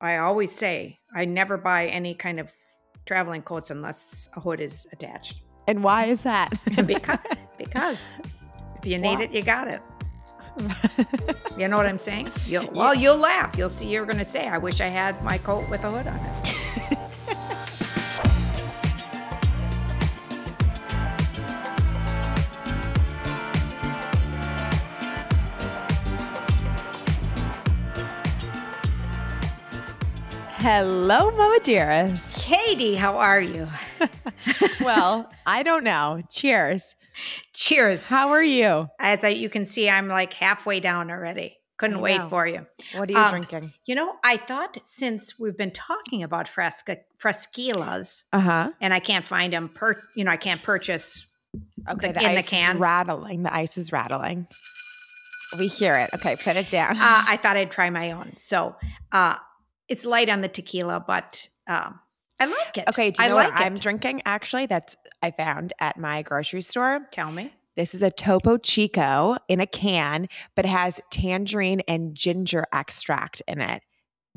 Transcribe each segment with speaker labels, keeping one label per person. Speaker 1: I always say I never buy any kind of traveling coats unless a hood is attached.
Speaker 2: And why is that?
Speaker 1: because, because if you need
Speaker 2: Why?
Speaker 1: it, you got it. You know what I'm saying? You'll, Well, you'll laugh. You'll see. You're going to say, "I wish I had my coat with a hood on it."
Speaker 2: Hello, Mama Dearest.
Speaker 1: Katie, how are you?
Speaker 2: Well, I don't know. Cheers.
Speaker 1: Cheers.
Speaker 2: How are you?
Speaker 1: As I, you can see, I'm like halfway down already. Couldn't
Speaker 2: I
Speaker 1: wait
Speaker 2: know.
Speaker 1: for you.
Speaker 2: What are
Speaker 1: you Um,
Speaker 2: drinking?
Speaker 1: You know, I thought since we've been talking about fresca fresquilas,
Speaker 2: Uh huh.
Speaker 1: and I can't find them. Per, you know, I can't purchase.
Speaker 2: Okay,
Speaker 1: The-
Speaker 2: the,
Speaker 1: in the
Speaker 2: ice
Speaker 1: can.
Speaker 2: is rattling. The ice is rattling. We hear it. Okay, put it down.
Speaker 1: Uh, I thought I'd try my own. So uh, it's light on the tequila, but um, I like it.
Speaker 2: okay, do you
Speaker 1: I
Speaker 2: know
Speaker 1: like
Speaker 2: what I'm
Speaker 1: it.
Speaker 2: drinking? Actually, that's I found at my grocery store.
Speaker 1: Tell me.
Speaker 2: This is a Topo Chico in a can, but it has tangerine and ginger extract in it.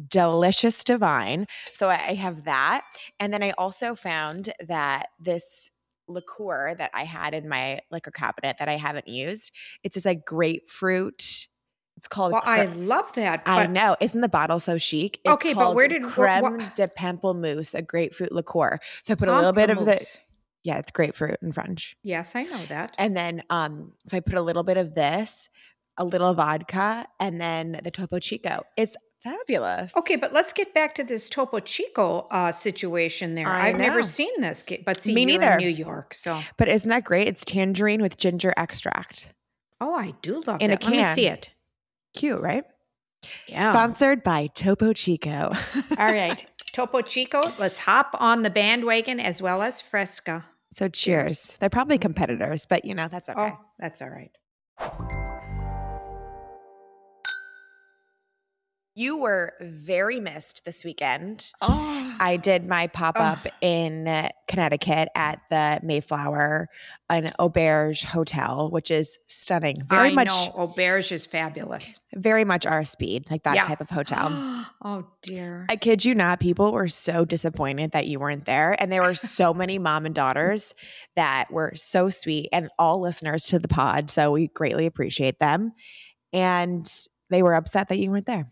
Speaker 2: Delicious divine. So I I have that. And then I also found that this liqueur that I had in my liquor cabinet that I haven't used, it's this like grapefruit. It's called
Speaker 1: Well, I
Speaker 2: cre-
Speaker 1: love that.
Speaker 2: I
Speaker 1: but-
Speaker 2: know. Isn't the bottle so chic? It's
Speaker 1: Okay, but where
Speaker 2: called
Speaker 1: did- wh-
Speaker 2: creme
Speaker 1: wh-
Speaker 2: de pamplemousse, a grapefruit liqueur? So I put a little bit of the
Speaker 1: Ah, Pamplemousse.
Speaker 2: yeah, it's grapefruit in French.
Speaker 1: Yes, I know that.
Speaker 2: And then um, so I put a little bit of this, a little vodka, and then the Topo Chico. It's fabulous.
Speaker 1: Okay, but let's get back to this Topo Chico uh, situation there.
Speaker 2: I
Speaker 1: I've never
Speaker 2: know.
Speaker 1: seen this, ca- but see,
Speaker 2: Me
Speaker 1: you're in
Speaker 2: neither.
Speaker 1: New York, so
Speaker 2: But isn't that great? It's tangerine with ginger extract.
Speaker 1: oh, I do love
Speaker 2: In a
Speaker 1: that. Let me see
Speaker 2: can.
Speaker 1: it.
Speaker 2: Cute, right?
Speaker 1: Yeah.
Speaker 2: Sponsored by Topo Chico.
Speaker 1: All right, Topo Chico. Let's hop on the bandwagon as well as Fresca.
Speaker 2: so cheers. They're probably competitors, but you know, that's okay.
Speaker 1: Mm-hmm. Oh, that's all right.
Speaker 2: You were very missed this weekend.
Speaker 1: Oh,
Speaker 2: I did my pop up
Speaker 1: Ugh.
Speaker 2: in uh, Connecticut at the Mayflower, an auberge hotel, which is stunning. Very
Speaker 1: I
Speaker 2: much,
Speaker 1: know auberge is fabulous.
Speaker 2: very much our speed, like that
Speaker 1: Yeah.
Speaker 2: type of hotel.
Speaker 1: oh dear.
Speaker 2: I kid you not, people were so disappointed that you weren't there. And there were so many mom and daughters that were so sweet and all listeners to the pod. So we greatly appreciate them. And they were upset that you weren't there.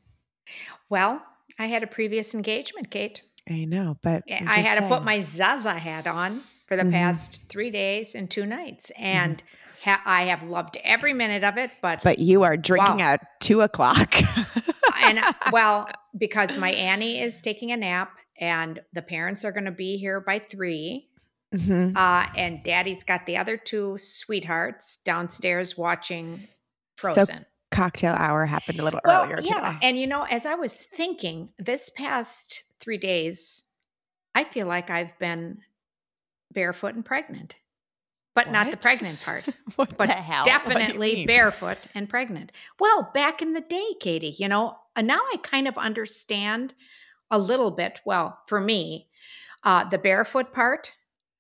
Speaker 1: well, I had a previous engagement, Kate.
Speaker 2: I know, but
Speaker 1: Yeah,
Speaker 2: I'm
Speaker 1: I
Speaker 2: just
Speaker 1: had to put
Speaker 2: saying.
Speaker 1: my Zaza hat on for the
Speaker 2: Mhm.
Speaker 1: past three days and two nights, and ha- I have loved every minute of it. But,
Speaker 2: But you are drinking
Speaker 1: Wow.
Speaker 2: at two o'clock.
Speaker 1: and well, because my Annie is taking a nap, and the parents are going to be here by three,
Speaker 2: Mhm.
Speaker 1: uh, and Daddy's got the other two sweethearts downstairs watching Frozen.
Speaker 2: cocktail hour happened a little
Speaker 1: Well,
Speaker 2: earlier
Speaker 1: yeah,
Speaker 2: today.
Speaker 1: and you know, as I was thinking, this past three days, I feel like I've been barefoot and pregnant, but not the
Speaker 2: What?
Speaker 1: pregnant part.
Speaker 2: What
Speaker 1: but
Speaker 2: the hell? What do you
Speaker 1: Definitely
Speaker 2: mean?
Speaker 1: barefoot and pregnant. Well, back in the day, Katie, you know, and now I kind of understand a little bit. Well, for me, uh, the barefoot part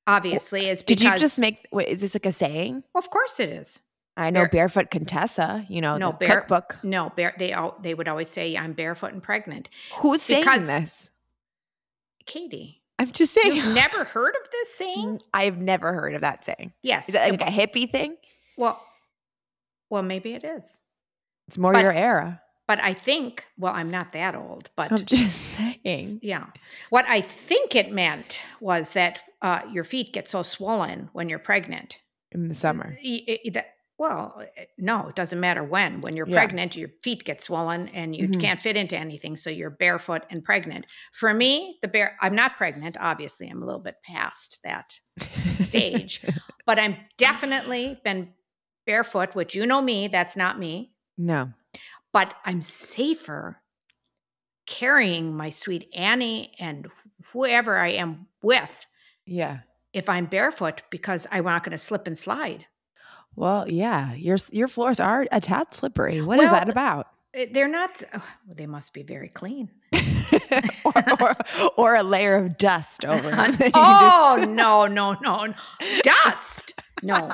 Speaker 1: obviously is
Speaker 2: Did
Speaker 1: because.
Speaker 2: you just make? Wait, is this like a saying?
Speaker 1: Of course, it is.
Speaker 2: I know
Speaker 1: Bare-
Speaker 2: barefoot Contessa. You know
Speaker 1: No,
Speaker 2: the
Speaker 1: bare-
Speaker 2: cookbook.
Speaker 1: No, bare, they al- they would always say I'm barefoot and pregnant.
Speaker 2: Who's saying
Speaker 1: Because-
Speaker 2: this?
Speaker 1: Katie,
Speaker 2: I'm just saying.
Speaker 1: You've never heard of this saying?
Speaker 2: I've never heard of that saying.
Speaker 1: Yes.
Speaker 2: Is that
Speaker 1: it-
Speaker 2: like a hippie thing?
Speaker 1: well, well, maybe it is.
Speaker 2: It's more
Speaker 1: But-
Speaker 2: your era.
Speaker 1: But I think, well, I'm not that old, but
Speaker 2: I'm just saying.
Speaker 1: yeah. What I think it meant was that uh, your feet get so swollen when you're pregnant.
Speaker 2: In the summer,
Speaker 1: E- e- e- that- well, eh, no, it doesn't matter when. When you're
Speaker 2: Yeah.
Speaker 1: pregnant, your feet get swollen and you
Speaker 2: Mhm.
Speaker 1: can't fit into anything. So you're barefoot and pregnant. For me, the bare, I'm not pregnant. Obviously, I'm a little bit past that stage. but I'm definitely been barefoot, which you know me, that's not me,
Speaker 2: no,
Speaker 1: but I'm safer carrying my sweet Annie and whoever I am with
Speaker 2: yeah.
Speaker 1: if I'm barefoot because I'm not going to slip and slide.
Speaker 2: Well, yeah. Your your floors are a tad slippery. What is
Speaker 1: Well,
Speaker 2: that about?
Speaker 1: Eh, They're not, oh, they must be very clean.
Speaker 2: or, or, or a layer of dust over it. that you
Speaker 1: oh,
Speaker 2: just-
Speaker 1: no, no, no. no. Dust. No,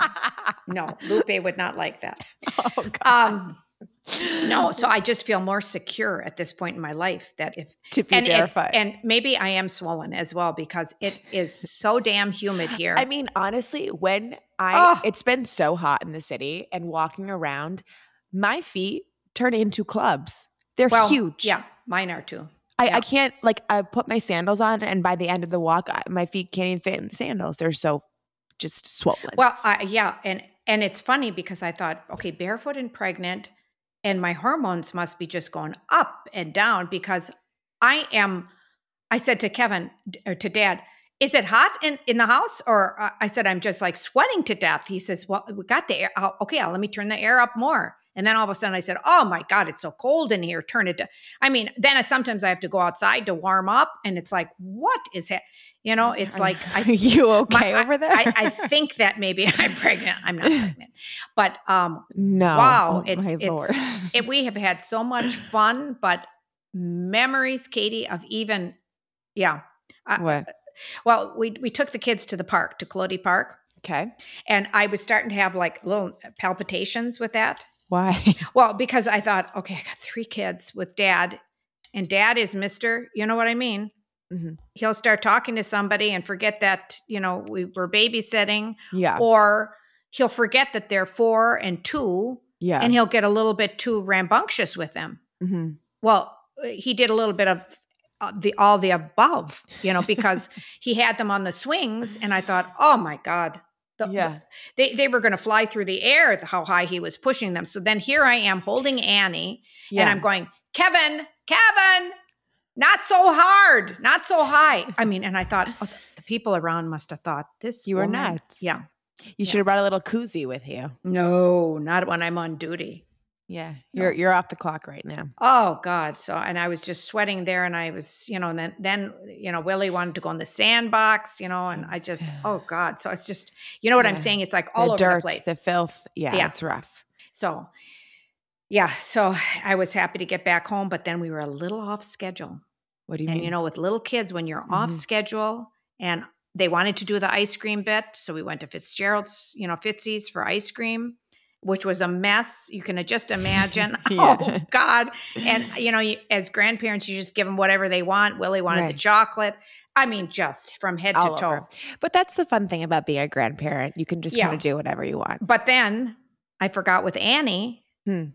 Speaker 1: no. Lupe would not like that.
Speaker 2: oh God.
Speaker 1: Um, No, so I just feel more secure at this point in my life that if
Speaker 2: to be
Speaker 1: and it's,
Speaker 2: barefoot.
Speaker 1: and maybe I am swollen as well because it is so damn humid here.
Speaker 2: I mean, honestly, when I
Speaker 1: Oh.
Speaker 2: it's been so hot in the city and walking around, my feet turn into clubs. They're
Speaker 1: well,
Speaker 2: huge.
Speaker 1: Yeah, mine are too.
Speaker 2: I,
Speaker 1: yeah.
Speaker 2: I can't like I put my sandals on and by the end of the walk, I, my feet can't even fit in the sandals. They're so just swollen.
Speaker 1: Well, I, yeah, and and it's funny because I thought, okay, barefoot and pregnant, and my hormones must be just going up and down because I am. I said to Kevin d- or to Dad, "Is it hot in in the house?" Or uh, I said, "I'm just like sweating to death." He says, "Well, we got the air. Oh, okay, I'll, let me turn the air up more." And then all of a sudden, I said, "Oh my God, it's so cold in here. Turn it." To-. I mean, then it's, sometimes I have to go outside to warm up, and it's like, what is it? You know, it's like I
Speaker 2: Are you okay
Speaker 1: my-
Speaker 2: over there?
Speaker 1: I, I think that maybe I'm pregnant. I'm not pregnant, but um,
Speaker 2: no.
Speaker 1: wow,
Speaker 2: Oh,
Speaker 1: it's-
Speaker 2: my
Speaker 1: it's-
Speaker 2: lord.
Speaker 1: it, we have had so much fun, but memories, Katie, of even yeah. I-
Speaker 2: what?
Speaker 1: Well, we we took the kids to the park to Clody Park,
Speaker 2: Okay.
Speaker 1: and I was starting to have like little palpitations with that.
Speaker 2: Why?
Speaker 1: Well, because I thought, okay, I got three kids with dad, and dad is Mister. You know what I mean?
Speaker 2: Mhm.
Speaker 1: He'll start talking to somebody and forget that you know we were babysitting
Speaker 2: Yeah.
Speaker 1: or he'll forget that they're four and two
Speaker 2: yeah.
Speaker 1: and he'll get a little bit too rambunctious with them
Speaker 2: Mhm.
Speaker 1: well he did a little bit of uh, the all the above you know because he had them on the swings and i thought oh my god the-
Speaker 2: yeah.
Speaker 1: they, they were going to fly through the air with how high he was pushing them so then here i am holding annie
Speaker 2: Yeah.
Speaker 1: and i'm going kevin kevin not so hard not so high i mean and i thought oh, the, the people around must have thought this
Speaker 2: You were
Speaker 1: woman-
Speaker 2: nuts.
Speaker 1: yeah
Speaker 2: you should have brought a little koozie with you.
Speaker 1: no, not when I'm on duty.
Speaker 2: Yeah.
Speaker 1: No.
Speaker 2: You're you're off the clock right now.
Speaker 1: Oh God. So and I was just sweating there and I was, you know, and then then, you know, Willie wanted to go in the sandbox, you know, and I just, oh God. So it's just you know what I'm
Speaker 2: Yeah.
Speaker 1: saying? It's like all
Speaker 2: the
Speaker 1: over
Speaker 2: dirt,
Speaker 1: the place.
Speaker 2: filth. Yeah,
Speaker 1: Yeah.
Speaker 2: It's rough.
Speaker 1: so yeah, so I was happy to get back home, but then we were a little off schedule.
Speaker 2: What do you
Speaker 1: and
Speaker 2: mean?
Speaker 1: you know, with little kids, when you're off
Speaker 2: Mhm.
Speaker 1: schedule and they wanted to do the ice cream bit, so we went to Fitzgerald's, you know, Fitzy's for ice cream, which was a mess. You can just imagine.
Speaker 2: Yeah.
Speaker 1: Oh God! And you know, you, as grandparents, you just give them whatever they want. Willie wanted the
Speaker 2: Right.
Speaker 1: chocolate. I mean, just from head
Speaker 2: All
Speaker 1: to toe.
Speaker 2: over. But that's the fun thing about being a grandparent. You can just
Speaker 1: Yeah.
Speaker 2: kind of do whatever you want.
Speaker 1: But then I forgot with Annie.
Speaker 2: Hmm.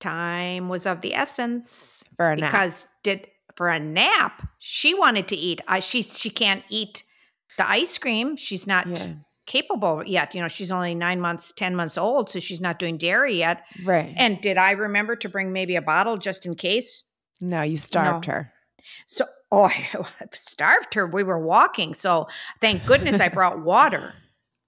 Speaker 1: Time was of the essence.
Speaker 2: For a nap.
Speaker 1: because did for a nap she wanted to eat I, she she can't eat the ice cream she's not
Speaker 2: Yeah.
Speaker 1: capable yet you know she's only nine months ten months old so she's not doing dairy yet
Speaker 2: Right.
Speaker 1: and did i remember to bring maybe a bottle just in case
Speaker 2: no, you starved
Speaker 1: No.
Speaker 2: her.
Speaker 1: so oh i starved her we were walking so thank goodness i brought water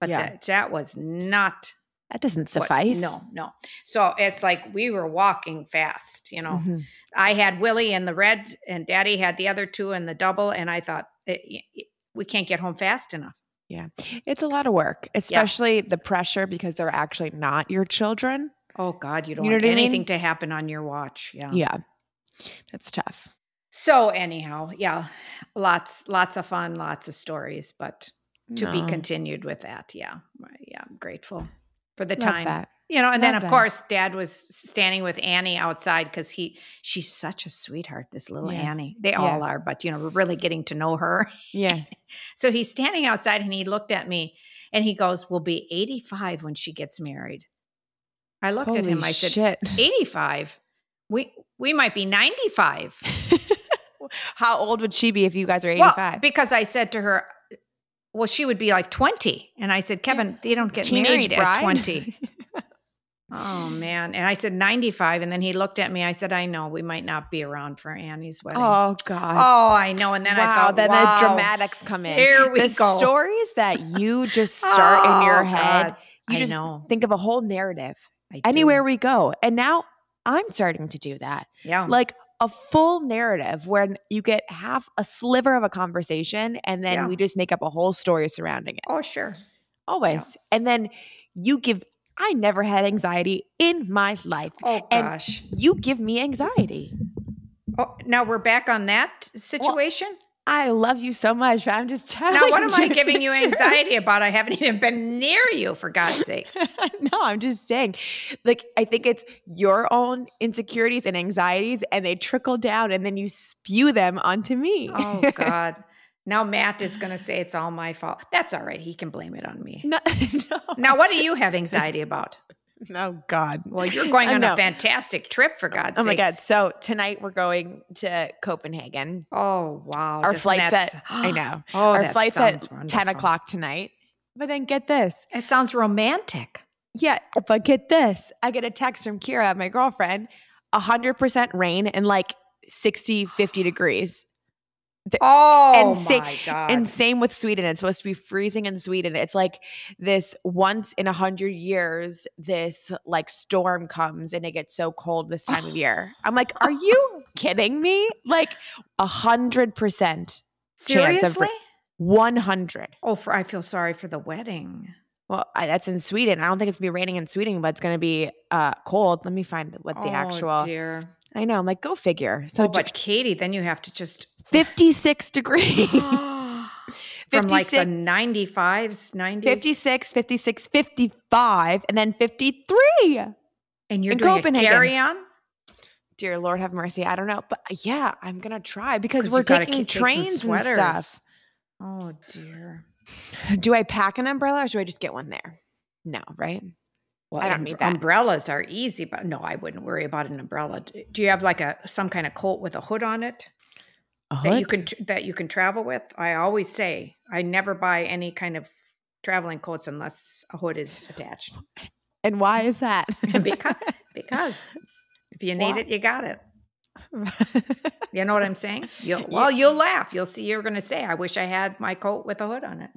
Speaker 1: but
Speaker 2: Yeah.
Speaker 1: that, that was not
Speaker 2: That doesn't
Speaker 1: what-
Speaker 2: suffice.
Speaker 1: no no so it's like we were walking fast you know
Speaker 2: Mhm.
Speaker 1: I had Willie in the red, and Daddy had the other two in the double, and I thought eh, y- y- we can't get home fast enough.
Speaker 2: It's a lot of work, especially the pressure because they're actually not your children.
Speaker 1: Oh God, you don't
Speaker 2: You know
Speaker 1: want
Speaker 2: what I mean?
Speaker 1: anything to happen on your watch. Yeah.
Speaker 2: Yeah. That's tough.
Speaker 1: So anyhow, yeah, lots lots of fun, lots of stories, but to be
Speaker 2: No,
Speaker 1: continued with that. Yeah, yeah, I'm grateful for the
Speaker 2: love
Speaker 1: time.
Speaker 2: that.
Speaker 1: You know, and then
Speaker 2: Love
Speaker 1: of
Speaker 2: that.
Speaker 1: course, Dad was standing with Annie outside because he she's such a sweetheart. This little
Speaker 2: Yeah.
Speaker 1: Annie, they
Speaker 2: Yeah.
Speaker 1: all are, but you know, we're really getting to know her.
Speaker 2: Yeah.
Speaker 1: So he's standing outside and he looked at me and he goes, We'll be 85 when she gets married. I looked at him.
Speaker 2: Holy
Speaker 1: I said,
Speaker 2: shit.
Speaker 1: 85? We we might be 95.
Speaker 2: How old would she be if you guys are
Speaker 1: Well,
Speaker 2: 85?
Speaker 1: because I said to her, Well, she would be like 20. And I said, Kevin, they don't get married at 20. Oh man. And I said 95. And then he looked at me. I said, I know we might not be around for Annie's wedding. Oh,
Speaker 2: oh, God.
Speaker 1: I know. And then
Speaker 2: wow,
Speaker 1: I thought,
Speaker 2: then
Speaker 1: wow,
Speaker 2: the dramatics come in.
Speaker 1: Here we
Speaker 2: the
Speaker 1: go.
Speaker 2: stories that you just start in your
Speaker 1: Oh,
Speaker 2: head.
Speaker 1: God.
Speaker 2: You
Speaker 1: I
Speaker 2: just
Speaker 1: know.
Speaker 2: think of a whole narrative
Speaker 1: I do.
Speaker 2: anywhere we go. And now I'm starting to do that.
Speaker 1: Yeah.
Speaker 2: Like a full narrative where you get half a sliver of a conversation and then
Speaker 1: Yeah.
Speaker 2: we just make up a whole story surrounding it.
Speaker 1: Oh, sure.
Speaker 2: Always. And then you give I never had anxiety in my life.
Speaker 1: Oh
Speaker 2: And-
Speaker 1: gosh.
Speaker 2: You give me anxiety.
Speaker 1: Oh, now we're back on that situation.
Speaker 2: I love you so much. but I'm just telling
Speaker 1: Now, what am I
Speaker 2: you
Speaker 1: giving
Speaker 2: the
Speaker 1: you
Speaker 2: truth.
Speaker 1: anxiety about? I haven't even been near you, for God's sakes.
Speaker 2: no, I'm just saying. Like, I think it's your own insecurities and anxieties, and they trickle down, and then you spew them onto me.
Speaker 1: Oh, God. Now Matt is going to say it's all my fault. That's all right. He can blame it on me.
Speaker 2: no, no,
Speaker 1: Now, what do you have anxiety about?
Speaker 2: no, God.
Speaker 1: Well, you're going
Speaker 2: I
Speaker 1: on a
Speaker 2: know.
Speaker 1: fantastic trip, for God's
Speaker 2: Oh my
Speaker 1: sakes.
Speaker 2: God. So tonight we're going to Copenhagen.
Speaker 1: Oh, wow.
Speaker 2: Our
Speaker 1: Doesn't
Speaker 2: flight's
Speaker 1: that
Speaker 2: at,
Speaker 1: s-
Speaker 2: I know,
Speaker 1: Oh,
Speaker 2: our
Speaker 1: that
Speaker 2: flight's at
Speaker 1: sounds
Speaker 2: 10
Speaker 1: wonderful.
Speaker 2: o'clock tonight. But then get this.
Speaker 1: It sounds romantic.
Speaker 2: Yeah, but get this. I get a text from Kira, my girlfriend, 100% rain and like 60, 50 degrees.
Speaker 1: Oh,
Speaker 2: sa-
Speaker 1: my God.
Speaker 2: And same with Sweden. It's supposed to be freezing in Sweden. It's like this once in a hundred years, this like storm comes and it gets so cold this time of year. I'm like, are you kidding me? Like a hundred percent, chance of
Speaker 1: Seriously?
Speaker 2: 100.
Speaker 1: Oh, for I feel sorry for the wedding.
Speaker 2: Well, I, that's in Sweden. I don't think it's gonna be raining in Sweden, but it's gonna be uh, cold. Let me find what the
Speaker 1: oh,
Speaker 2: actual.
Speaker 1: dear.
Speaker 2: I know. I'm like, go figure.
Speaker 1: So,
Speaker 2: So ju-
Speaker 1: but Katie, then you have to just
Speaker 2: 56 degrees.
Speaker 1: from like the
Speaker 2: 56
Speaker 1: 95s, 90s,
Speaker 2: 56, 56, 55, and then 53.
Speaker 1: and you're doing
Speaker 2: in Copenhagen.
Speaker 1: a carry-on
Speaker 2: Dear Lord have mercy. I don't know. But uh, yeah, I'm going to try because
Speaker 1: 'Cause
Speaker 2: we're
Speaker 1: you gotta
Speaker 2: taking
Speaker 1: keep- take some
Speaker 2: trains and stuff.
Speaker 1: sweaters. Oh dear.
Speaker 2: Do I pack an umbrella or should I just get one there? No, right?
Speaker 1: Well,
Speaker 2: I don't
Speaker 1: um-
Speaker 2: need that.
Speaker 1: Umbrellas are easy, but no, I wouldn't worry about an umbrella. D- Do you have like a some kind of coat with a hood on it
Speaker 2: A
Speaker 1: that you can tr- that you can travel with? I always say I never buy any kind of traveling coats unless a hood is attached.
Speaker 2: and why is that?
Speaker 1: because because if you need
Speaker 2: Why?
Speaker 1: it, you got it. You know what I'm saying? You'll, Well, you'll laugh. You'll see. You're going to say, "I wish I had my coat with a hood on it."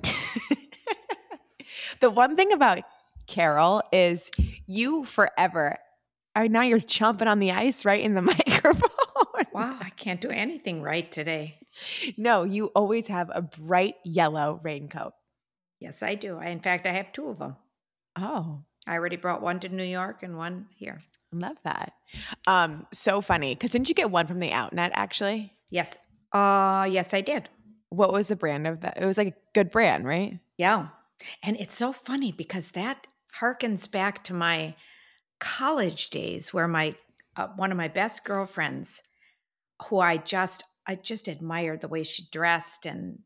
Speaker 2: the one thing about Carol is you forever. I now you're chomping on the ice right in the microphone.
Speaker 1: Wow, I can't do anything right today.
Speaker 2: No, you always have a bright yellow raincoat.
Speaker 1: Yes, I do. I, in fact, I have two of them.
Speaker 2: Oh,
Speaker 1: I already brought one to New York and one here.
Speaker 2: love that. Um, so funny. Cause didn't you get one from the Outnet actually?
Speaker 1: Yes. Uh, yes, I did.
Speaker 2: What was the brand of that? It was like a good brand, right?
Speaker 1: Yeah. And it's so funny because that harkens back to my college days where my uh, one of my best girlfriends who I just I just admired the way she dressed and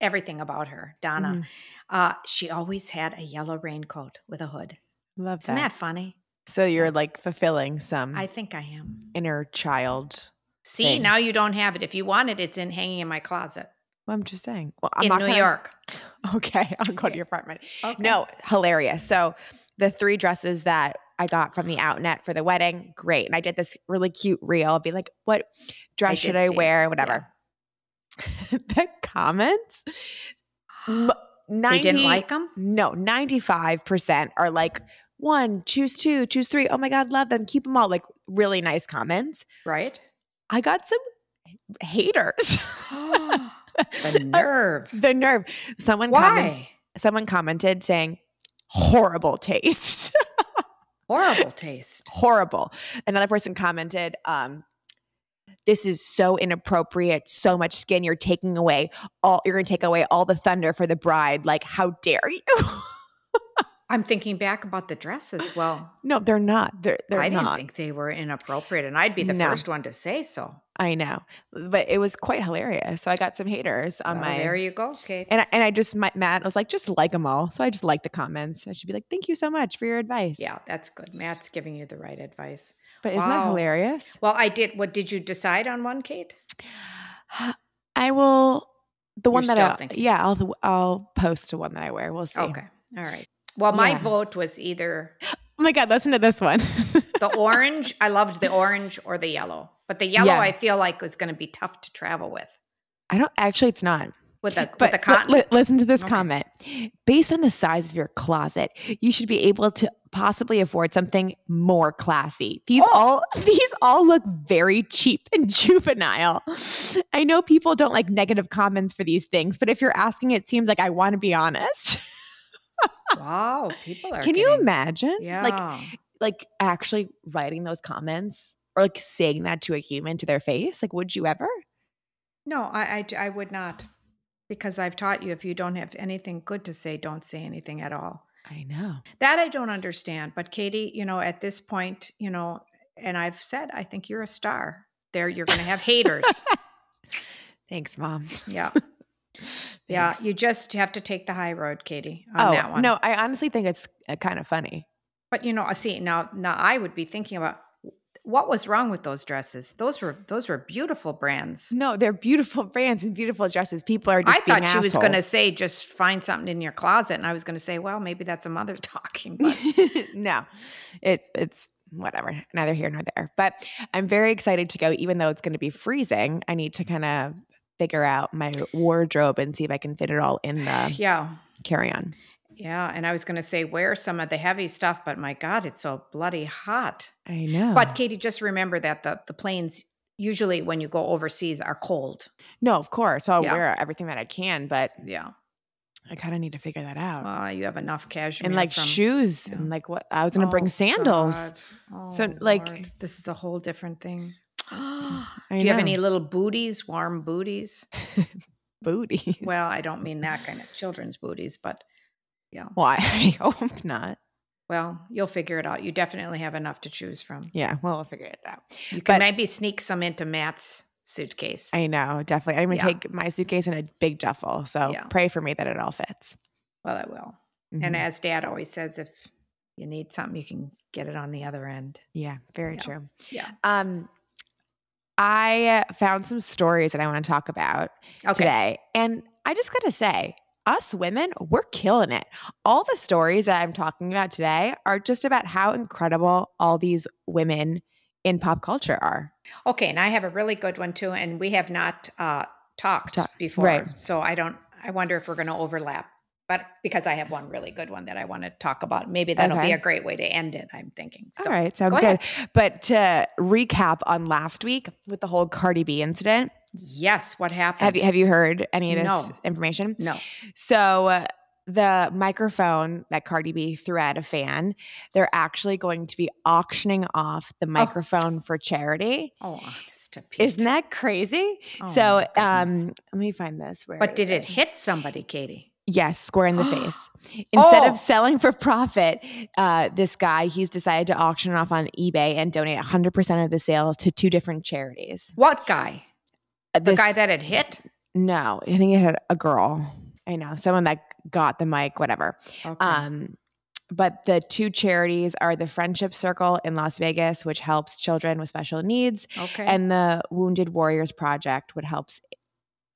Speaker 1: everything about her, Donna.
Speaker 2: Mhm.
Speaker 1: Uh, she always had a yellow raincoat with a hood.
Speaker 2: Love
Speaker 1: Isn't
Speaker 2: that. Mm.
Speaker 1: that funny?
Speaker 2: So you're like fulfilling some
Speaker 1: I think I am.
Speaker 2: inner child.
Speaker 1: See,
Speaker 2: Thanks.
Speaker 1: now you don't have it. If you want it, it's in hanging in my closet
Speaker 2: Well, I'm just saying. Well, I'm
Speaker 1: in
Speaker 2: not
Speaker 1: New
Speaker 2: gonna-
Speaker 1: York.
Speaker 2: Okay, I'll go to
Speaker 1: Yeah.
Speaker 2: your apartment.
Speaker 1: Okay.
Speaker 2: No, hilarious. So the three dresses that I got from the outnet for the wedding, great. And I did this really cute reel, be like, what dress should
Speaker 1: did
Speaker 2: I
Speaker 1: see it.
Speaker 2: wear? Whatever. the comments, m- 90,
Speaker 1: they didn't like them.
Speaker 2: no, 95% are like, one, choose two, choose three. Oh my God, love them. Keep them all. Like, really nice comments.
Speaker 1: Right?
Speaker 2: I got some haters.
Speaker 1: the nerve.
Speaker 2: the nerve. Someone comments,
Speaker 1: Why?
Speaker 2: someone commented saying, horrible taste.
Speaker 1: Horrible taste.
Speaker 2: horrible. Another person commented, um, this is so inappropriate, so much skin. You're taking away all you're gonna take away all the thunder for the bride. Like, how dare you?
Speaker 1: I'm thinking back about the dresses. Well,
Speaker 2: no, they're not. They're they're
Speaker 1: I didn't
Speaker 2: not.
Speaker 1: think they were inappropriate, and I'd be the
Speaker 2: No.
Speaker 1: first one to say so.
Speaker 2: I know. But it was quite hilarious. So I got some haters on
Speaker 1: Well,
Speaker 2: my
Speaker 1: there you go, Kate.
Speaker 2: and I, and I just my, Matt was like just like them all, so I just like the comments. I should be like, "Thank you so much for your advice."
Speaker 1: yeah, that's good. Matt's giving you the right advice.
Speaker 2: but isn't that
Speaker 1: Wow.
Speaker 2: hilarious?
Speaker 1: Well, I did. What did you decide on one, Kate?
Speaker 2: I will the one
Speaker 1: You're
Speaker 2: that I
Speaker 1: still thinking.
Speaker 2: yeah I'll I'll post to one that I wear. We'll see.
Speaker 1: Okay, all right. Well, my
Speaker 2: Yeah.
Speaker 1: vote was either
Speaker 2: Oh my god, listen to this one.
Speaker 1: the orange. I loved the orange or the yellow, but the yellow
Speaker 2: Yeah.
Speaker 1: I feel like was going to be tough to travel with.
Speaker 2: I don't actually. It's not.
Speaker 1: With the with
Speaker 2: But
Speaker 1: the
Speaker 2: li-
Speaker 1: cotton.
Speaker 2: li- listen to this
Speaker 1: Okay.
Speaker 2: comment. Based on the size of your closet, you should be able to possibly afford something more classy. These
Speaker 1: Oh.
Speaker 2: all these all look very cheap and juvenile. I know people don't like negative comments for these things, but if you're asking, it seems like I want to be honest.
Speaker 1: wow, people are.
Speaker 2: Can you
Speaker 1: getting-
Speaker 2: imagine?
Speaker 1: Yeah.
Speaker 2: Like like actually writing those comments or like saying that to a human to their face? Like, would you ever?
Speaker 1: No, I, I, I would not, because I've taught you if you don't have anything good to say, don't say anything at all.
Speaker 2: I know.
Speaker 1: That I don't understand. But Katie, you know, at this point, you know, and I've said, I think you're a star. There, you're going to have haters.
Speaker 2: Thanks, mom.
Speaker 1: yeah. Yeah.
Speaker 2: Thanks.
Speaker 1: You just have to take the high road, Katie, on
Speaker 2: oh
Speaker 1: that one.
Speaker 2: no, I honestly think it's uh, kind of funny.
Speaker 1: But you know, I see now. Now I would be thinking about what was wrong with those dresses. Those were those were beautiful brands.
Speaker 2: No, they're beautiful brands and beautiful dresses. People are. Just
Speaker 1: I thought
Speaker 2: being
Speaker 1: she was going to
Speaker 2: assholes.
Speaker 1: say just find something in your closet, and I was going to say, well, maybe that's a mother talking. But
Speaker 2: no, it's it's whatever, neither here nor there. But I'm very excited to go, even though it's going to be freezing. I need to kind of figure out my wardrobe and see if I can fit it all in the
Speaker 1: yeah,
Speaker 2: carry-on.
Speaker 1: yeah. And I was going to say wear some of the heavy stuff, but my God, it's so bloody hot.
Speaker 2: I know,
Speaker 1: But Katie, just remember that the the planes usually when you go overseas are cold.
Speaker 2: no, of course, I'll
Speaker 1: Yeah.
Speaker 2: wear everything that I can, but
Speaker 1: yeah,
Speaker 2: I kind of need to figure that out.
Speaker 1: well, you have enough cashmere
Speaker 2: and like
Speaker 1: from-
Speaker 2: shoes,
Speaker 1: yeah.
Speaker 2: and like what I was going to
Speaker 1: Oh,
Speaker 2: bring sandals.
Speaker 1: God.
Speaker 2: So,
Speaker 1: Oh,
Speaker 2: like-
Speaker 1: Lord. this is a whole different thing. Do
Speaker 2: I
Speaker 1: you have
Speaker 2: know.
Speaker 1: any little booties, warm booties?
Speaker 2: booties?
Speaker 1: Well, I don't mean that kind of children's booties, but yeah.
Speaker 2: well, I, I hope not.
Speaker 1: Well, you'll figure it out. You definitely have enough to choose from.
Speaker 2: Yeah, well, we'll figure it out.
Speaker 1: You can
Speaker 2: But-
Speaker 1: maybe sneak some into Matt's suitcase.
Speaker 2: I know, definitely. I'm gonna
Speaker 1: Yeah.
Speaker 2: take my suitcase and a big duffel. So
Speaker 1: Yeah.
Speaker 2: pray for me that it all fits.
Speaker 1: well, I will. And
Speaker 2: Mhm.
Speaker 1: as Dad always says, if you need something, you can get it on the other end.
Speaker 2: yeah, very
Speaker 1: yeah.
Speaker 2: true.
Speaker 1: Yeah.
Speaker 2: Um, I uh, found some stories that I want to talk about
Speaker 1: Okay.
Speaker 2: today, and I just gotta say, us women, we're killing it. All the stories that I'm talking about today are just about how incredible all these women in pop culture are.
Speaker 1: Okay, and I have a really good one too, and we have not uh, talked
Speaker 2: Talk-
Speaker 1: before,
Speaker 2: right.
Speaker 1: so I don't. I wonder if we're going to overlap, but because I have one really good one that I want to talk about, maybe that'll
Speaker 2: Okay.
Speaker 1: be a great way to end it. I'm thinking. So,
Speaker 2: All right, sounds
Speaker 1: go ahead.
Speaker 2: good. But to recap on last week with the whole Cardi B incident,
Speaker 1: yes, what happened?
Speaker 2: have you have you heard any of this
Speaker 1: No.
Speaker 2: information?
Speaker 1: No.
Speaker 2: So uh, the microphone that Cardi B threw at a fan, they're actually going to be auctioning off the microphone for charity.
Speaker 1: Oh, honest to Pete.
Speaker 2: Isn't that crazy?
Speaker 1: Oh,
Speaker 2: so
Speaker 1: my goodness.
Speaker 2: um let me find this. Where
Speaker 1: but
Speaker 2: is
Speaker 1: did it hit somebody, Katie?
Speaker 2: Yes, square in the face. Instead
Speaker 1: Oh.
Speaker 2: of selling for profit, uh, this guy he's decided to auction off on eBay and donate 100% of the sales to two different charities.
Speaker 1: What guy?
Speaker 2: Uh,
Speaker 1: The
Speaker 2: this-
Speaker 1: guy that it hit?
Speaker 2: no, I think it had a girl. I know someone that got the mic, whatever.
Speaker 1: Okay.
Speaker 2: Um, but the two charities are the Friendship Circle in Las Vegas, which helps children with special needs,
Speaker 1: okay.
Speaker 2: and the Wounded Warriors Project, which helps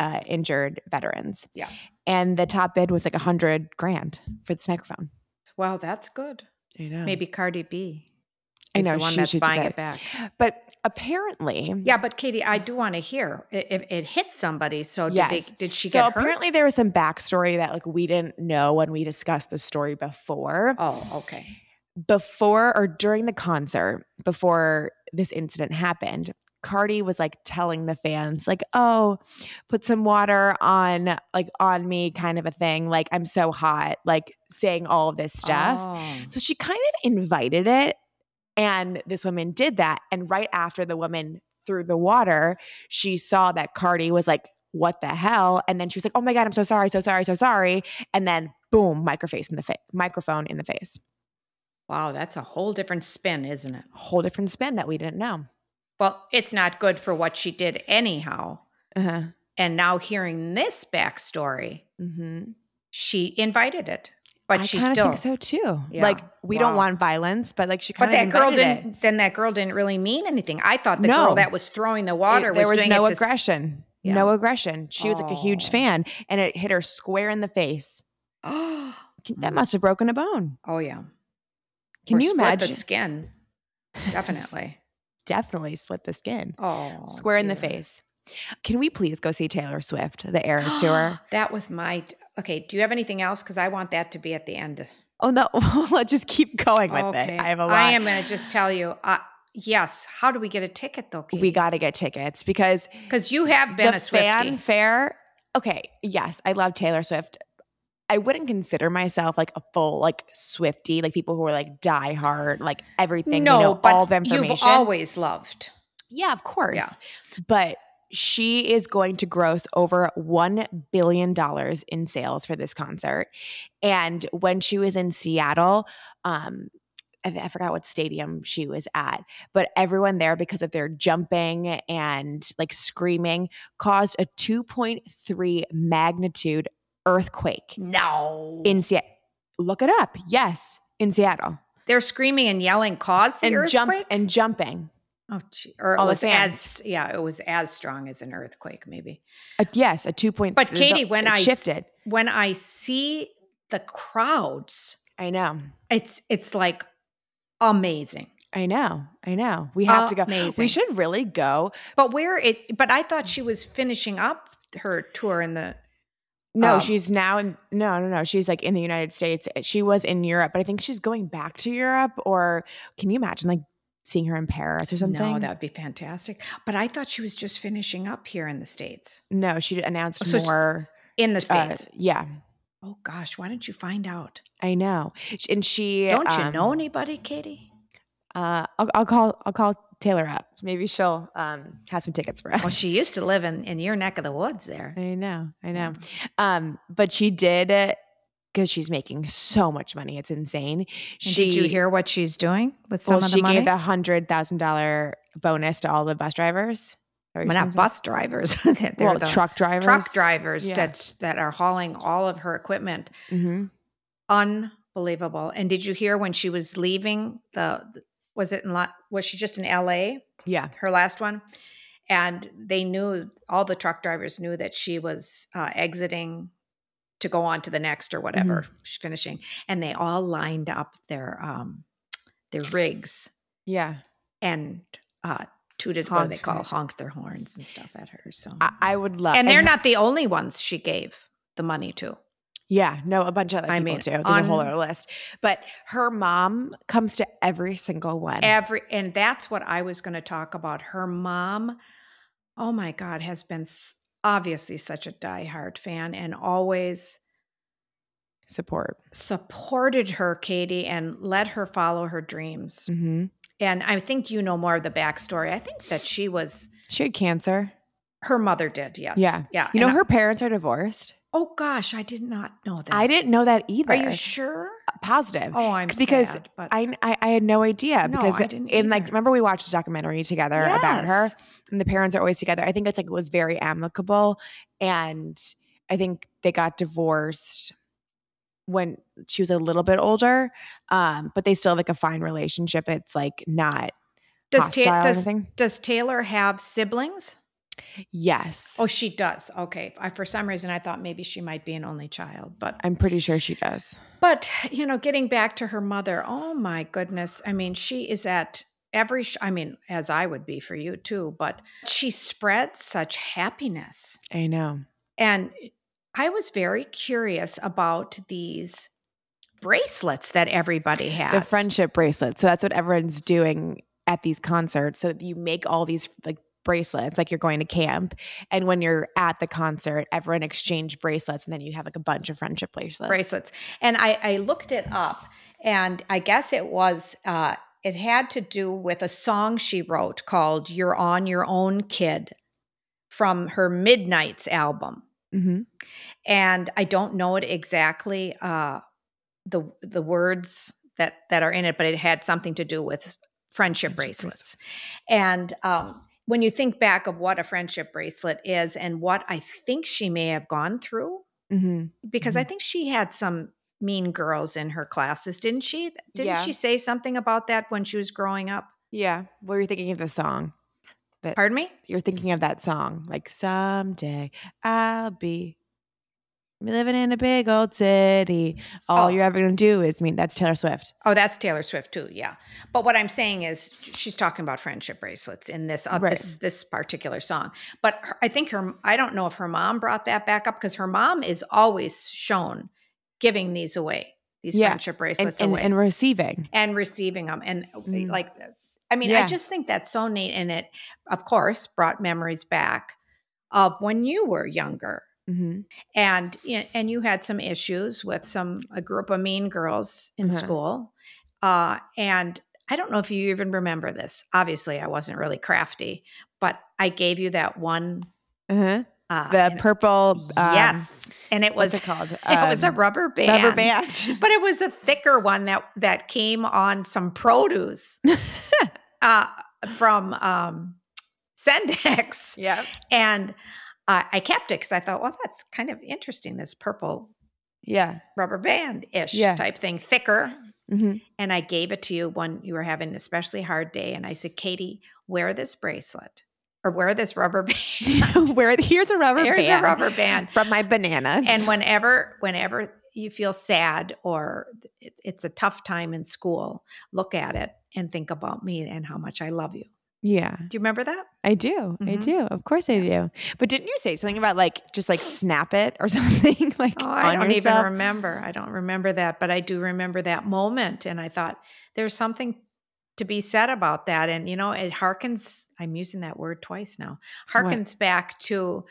Speaker 2: uh, injured veterans.
Speaker 1: Yeah.
Speaker 2: And the top bid was like a hundred grand for this microphone.
Speaker 1: wow, that's good.
Speaker 2: I know.
Speaker 1: Maybe Cardi B.
Speaker 2: Hmm. I
Speaker 1: Is
Speaker 2: know,
Speaker 1: the one
Speaker 2: she
Speaker 1: that's
Speaker 2: should do
Speaker 1: buying
Speaker 2: that.
Speaker 1: it back.
Speaker 2: But apparently,
Speaker 1: Yeah, but Katie, I do want to hear i- if it hit somebody. So did
Speaker 2: Yes.
Speaker 1: they? Did she
Speaker 2: so
Speaker 1: get
Speaker 2: apparently there was some backstory that like we didn't know when we discussed the story before.
Speaker 1: hurt? Oh, okay.
Speaker 2: before or during the concert, before this incident happened, Cardi was like telling the fans, like, oh, put some water on, like, on me, kind of a thing. Like, I'm so hot, like, saying all of this stuff.
Speaker 1: Oh.
Speaker 2: So she kind of invited it. And this woman did that. And right after the woman threw the water, she saw that Cardi was like, what the hell? And then she was like, oh my God, I'm so sorry, so sorry, so sorry. And then boom, microface in the face, microphone in the face.
Speaker 1: Wow, that's a whole different spin, isn't it?
Speaker 2: whole different spin that we didn't know.
Speaker 1: Well, it's not good for what she did anyhow.
Speaker 2: Uh-huh.
Speaker 1: And now hearing this backstory,
Speaker 2: hmm
Speaker 1: she invited it,
Speaker 2: I
Speaker 1: but she
Speaker 2: kinda
Speaker 1: still.
Speaker 2: think so too.
Speaker 1: Yeah.
Speaker 2: Like we don't
Speaker 1: Wow.
Speaker 2: want violence, but like she kind
Speaker 1: But
Speaker 2: of
Speaker 1: that girl
Speaker 2: invited
Speaker 1: didn't. Then that girl didn't really mean anything. I thought the
Speaker 2: No.
Speaker 1: girl that was throwing the
Speaker 2: It-
Speaker 1: water
Speaker 2: there was,
Speaker 1: doing
Speaker 2: no
Speaker 1: it to s-
Speaker 2: aggression.
Speaker 1: Yeah.
Speaker 2: No aggression. She was like a huge
Speaker 1: Oh.
Speaker 2: fan, and it hit her square in the face. Can- That must have broken a bone.
Speaker 1: oh yeah.
Speaker 2: Can
Speaker 1: Mm. Or
Speaker 2: you
Speaker 1: split
Speaker 2: imagine?
Speaker 1: the skin? Definitely.
Speaker 2: Definitely split the skin.
Speaker 1: Oh,
Speaker 2: square in the
Speaker 1: dear.
Speaker 2: face. Can we please go see Taylor Swift, the Eras tour?
Speaker 1: That was my okay. Do you have anything else? Because I want that to be at the end.
Speaker 2: Oh no, let's just keep going with
Speaker 1: Okay.
Speaker 2: it. I have a lot.
Speaker 1: I am going to just tell you. Uh, yes. How do we get a ticket though?
Speaker 2: We got to get tickets because
Speaker 1: because you have been
Speaker 2: the
Speaker 1: a Swiftie.
Speaker 2: fanfare. Okay, yes, I love Taylor Swift. I wouldn't consider myself like a full like Swifty, like people who are like diehard, like everything. they
Speaker 1: no,
Speaker 2: know
Speaker 1: but
Speaker 2: all the information.
Speaker 1: you've always loved.
Speaker 2: yeah, of course. But she is going to gross over $1 billion in sales for this concert. And when she was in Seattle, um, I, I forgot what stadium she was at, but everyone there, because of their jumping and like screaming, caused a 2.3 magnitude earthquake
Speaker 1: No.
Speaker 2: in Seattle. Look it up. Yes, in Seattle.
Speaker 1: They're screaming and yelling caused the
Speaker 2: And jump
Speaker 1: earthquake.
Speaker 2: and jumping.
Speaker 1: oh, gee. or it
Speaker 2: all the
Speaker 1: was
Speaker 2: fans.
Speaker 1: as yeah, it was as strong as an earthquake maybe.
Speaker 2: A- Uh, yes, a 2.3.
Speaker 1: But Katie, when
Speaker 2: it
Speaker 1: I s-
Speaker 2: shifted,
Speaker 1: When I see the crowds,
Speaker 2: I know.
Speaker 1: it's it's like amazing.
Speaker 2: I know. I know. We have to go. We
Speaker 1: Amazing.
Speaker 2: should really go.
Speaker 1: But where it but I thought she was finishing up her tour in the
Speaker 2: No,
Speaker 1: Um,
Speaker 2: she's now in no, no, no. She's like in the United States. She was in Europe, but I think she's going back to Europe or can you imagine like seeing her in Paris or something?
Speaker 1: No, that'd be fantastic. But I thought she was just finishing up here in the States.
Speaker 2: No, she announced
Speaker 1: So she-
Speaker 2: more
Speaker 1: In the
Speaker 2: uh,
Speaker 1: States.
Speaker 2: yeah.
Speaker 1: oh gosh, why don't you find out?
Speaker 2: I know. Sh- And she
Speaker 1: Don't you
Speaker 2: um,
Speaker 1: know anybody, Katie?
Speaker 2: Uh I'll, I'll call I'll call Taylor up. Maybe she'll um have some tickets for us.
Speaker 1: Well, she used to live in, in your neck of the woods there.
Speaker 2: I know. I know. Um but she did cuz she's making so much money. It's insane.
Speaker 1: And
Speaker 2: she
Speaker 1: did you hear what she's doing with some
Speaker 2: well,
Speaker 1: of the
Speaker 2: she
Speaker 1: money?
Speaker 2: gave a hundred thousand dollar bonus to all the bus drivers. Or
Speaker 1: well, not bus drivers. They're
Speaker 2: well,
Speaker 1: the
Speaker 2: truck drivers.
Speaker 1: truck drivers
Speaker 2: Yeah.
Speaker 1: that's that are hauling all of her equipment.
Speaker 2: hmm
Speaker 1: Unbelievable. And did you hear when she was leaving the was it in La, was she just in LA?
Speaker 2: Yeah,
Speaker 1: her last one and they knew all the truck drivers knew that she was uh, exiting to go on to the next or whatever
Speaker 2: Mm-hmm.
Speaker 1: she's finishing and they all lined up their um their rigs
Speaker 2: yeah.
Speaker 1: and uh tooted what do they
Speaker 2: Honked
Speaker 1: call
Speaker 2: her.
Speaker 1: honked their horns and stuff at her so
Speaker 2: I, I would love.
Speaker 1: and they're
Speaker 2: her-
Speaker 1: not the only ones she gave the money to
Speaker 2: Yeah, no, a bunch of other people
Speaker 1: I mean,
Speaker 2: too. There's a whole
Speaker 1: un-
Speaker 2: other list. But her mom comes to every single one.
Speaker 1: every and that's what i was going to talk about her mom oh my god has been s- obviously such a diehard fan and always
Speaker 2: Support.
Speaker 1: supported her, Katie, and let her follow her dreams.
Speaker 2: hmm
Speaker 1: And I think you know more of the backstory. I think that she was
Speaker 2: She had cancer.
Speaker 1: her mother did. Yes.
Speaker 2: Yeah.
Speaker 1: Yeah.
Speaker 2: You know,
Speaker 1: And I-
Speaker 2: her parents are divorced.
Speaker 1: oh gosh, I did not know that.
Speaker 2: I didn't know that either.
Speaker 1: Are you sure?
Speaker 2: Positive.
Speaker 1: Oh, I'm
Speaker 2: Because
Speaker 1: sad, but
Speaker 2: I, I I had no idea
Speaker 1: No,
Speaker 2: because
Speaker 1: I didn't
Speaker 2: in like
Speaker 1: either.
Speaker 2: remember we watched a documentary together about her
Speaker 1: Yes.
Speaker 2: and the parents are always together. I think it's like it was very amicable and I think they got divorced when she was a little bit older. Um, but they still have like a fine relationship. It's like not
Speaker 1: does,
Speaker 2: hostile
Speaker 1: Ta-
Speaker 2: or
Speaker 1: does,
Speaker 2: anything.
Speaker 1: does Taylor have siblings?
Speaker 2: Yes.
Speaker 1: Oh, she does. Okay. I, for some reason, I thought maybe she might be an only child, but
Speaker 2: I'm pretty sure she does.
Speaker 1: But, you know, getting back to her mother, oh my goodness. I mean, she is at every, sh- I mean, as I would be for you too, but she spreads such happiness.
Speaker 2: I know.
Speaker 1: And I was very curious about these bracelets that everybody has.
Speaker 2: The friendship bracelet. So that's what everyone's doing at these concerts. So you make all these like bracelets, like you're going to camp. And when you're at the concert, everyone exchange bracelets and then you have like a bunch of friendship bracelets.
Speaker 1: bracelets. And I, I looked it up, and I guess it was uh, it had to do with a song she wrote called "You're on Your Own, Kid" from her Midnight's album.
Speaker 2: hmm
Speaker 1: And I don't know it exactly uh, the the words that that are in it, but it had something to do with friendship
Speaker 2: Friendship
Speaker 1: bracelets.
Speaker 2: bracelets.
Speaker 1: And um, when you think back of what a friendship bracelet is and what I think she may have gone through
Speaker 2: hmm
Speaker 1: because I think she had some mean girls in her classes, didn't she? Didn't
Speaker 2: Yeah.
Speaker 1: she say something about that when she was growing up?
Speaker 2: Yeah. Well, you're thinking of the song.
Speaker 1: Pardon me?
Speaker 2: You're thinking of that song. Like someday I'll be living in a big old city. All
Speaker 1: Oh.
Speaker 2: you're ever going to do is mean that's Taylor Swift.
Speaker 1: Oh, that's Taylor Swift too. Yeah, but what I'm saying is she's talking about friendship bracelets in this uh,
Speaker 2: Right.
Speaker 1: this this particular song. But her, I think her I don't know if her mom brought that back up because her mom is always shown giving these away, these
Speaker 2: Yeah.
Speaker 1: friendship
Speaker 2: And,
Speaker 1: bracelets
Speaker 2: and,
Speaker 1: away.
Speaker 2: and receiving.
Speaker 1: and receiving them and uh,
Speaker 2: Mm.
Speaker 1: like i mean
Speaker 2: Yeah.
Speaker 1: i just think that's so neat and it of course brought memories back of when you were younger
Speaker 2: hmm
Speaker 1: and y- and you had some issues with some a group of mean girls in
Speaker 2: Uh-huh.
Speaker 1: school uh and i don't know if you even remember this obviously i wasn't really crafty but I gave you that one.
Speaker 2: Uh-huh.
Speaker 1: Uh,
Speaker 2: The
Speaker 1: you know-
Speaker 2: purple. um,
Speaker 1: yes, and it was
Speaker 2: what's it called?
Speaker 1: it was a
Speaker 2: Um,
Speaker 1: rubber band.
Speaker 2: rubber band.
Speaker 1: but it was a thicker one that that came on some produce uh, from um, Sendex,
Speaker 2: yeah.
Speaker 1: and uh, I kept it because I thought, well, that's kind of interesting. This purple
Speaker 2: Yeah.
Speaker 1: rubber band ish
Speaker 2: Yeah.
Speaker 1: type thing, thicker.
Speaker 2: Mhm.
Speaker 1: And I gave it to you when you were having an especially hard day, and I said, Katie, wear this bracelet or wear this rubber band.
Speaker 2: Where here's a rubber
Speaker 1: Here's Mm-hmm.
Speaker 2: band
Speaker 1: a rubber band.
Speaker 2: from my bananas.
Speaker 1: and whenever whenever you feel sad or it, it's a tough time in school look at it and think about me and how much i love you
Speaker 2: yeah,
Speaker 1: do you remember that
Speaker 2: I do. I
Speaker 1: Mhm.
Speaker 2: do. Of course I do. But didn't you say something about like just like snap it or something like
Speaker 1: oh
Speaker 2: on
Speaker 1: i don't
Speaker 2: yourself?
Speaker 1: even remember i don't remember that but i do remember that moment and i thought there's something to be said about that and you know it harkens i'm using that word twice now
Speaker 2: What?
Speaker 1: harkens back to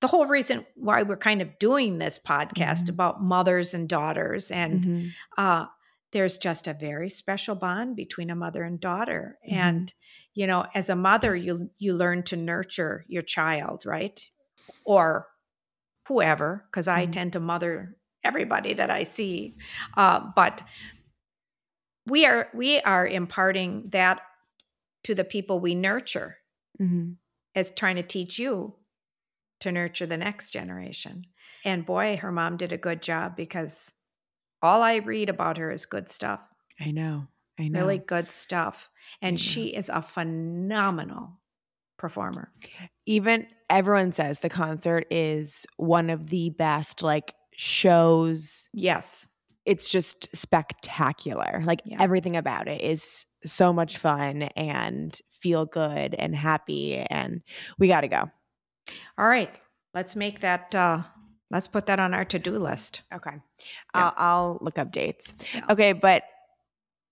Speaker 1: the whole reason why we're kind of doing this podcast
Speaker 2: Mhm.
Speaker 1: about mothers and daughters and
Speaker 2: Mhm.
Speaker 1: uh, there's just a very special bond between a mother and daughter
Speaker 2: Mhm.
Speaker 1: and you know as a mother you you learn to nurture your child right or whoever because i
Speaker 2: Mhm.
Speaker 1: tend to mother everybody that i see uh, but we are we are imparting that to the people we nurture
Speaker 2: Mhm.
Speaker 1: as trying to teach you to nurture the next generation. And boy, her mom did a good job because all I read about her is good stuff,
Speaker 2: I know. I know.
Speaker 1: really good stuff. And
Speaker 2: Yeah.
Speaker 1: she is a phenomenal performer.
Speaker 2: even everyone says the concert is one of the best like shows
Speaker 1: Yes.
Speaker 2: it's just spectacular like
Speaker 1: Yeah.
Speaker 2: everything about it is so much fun and feel good and happy and we gotta go
Speaker 1: All right. Let's make that, uh, let's put that on our to do list.
Speaker 2: okay
Speaker 1: Yeah.
Speaker 2: I'll, I'll look up dates
Speaker 1: Yeah.
Speaker 2: okay but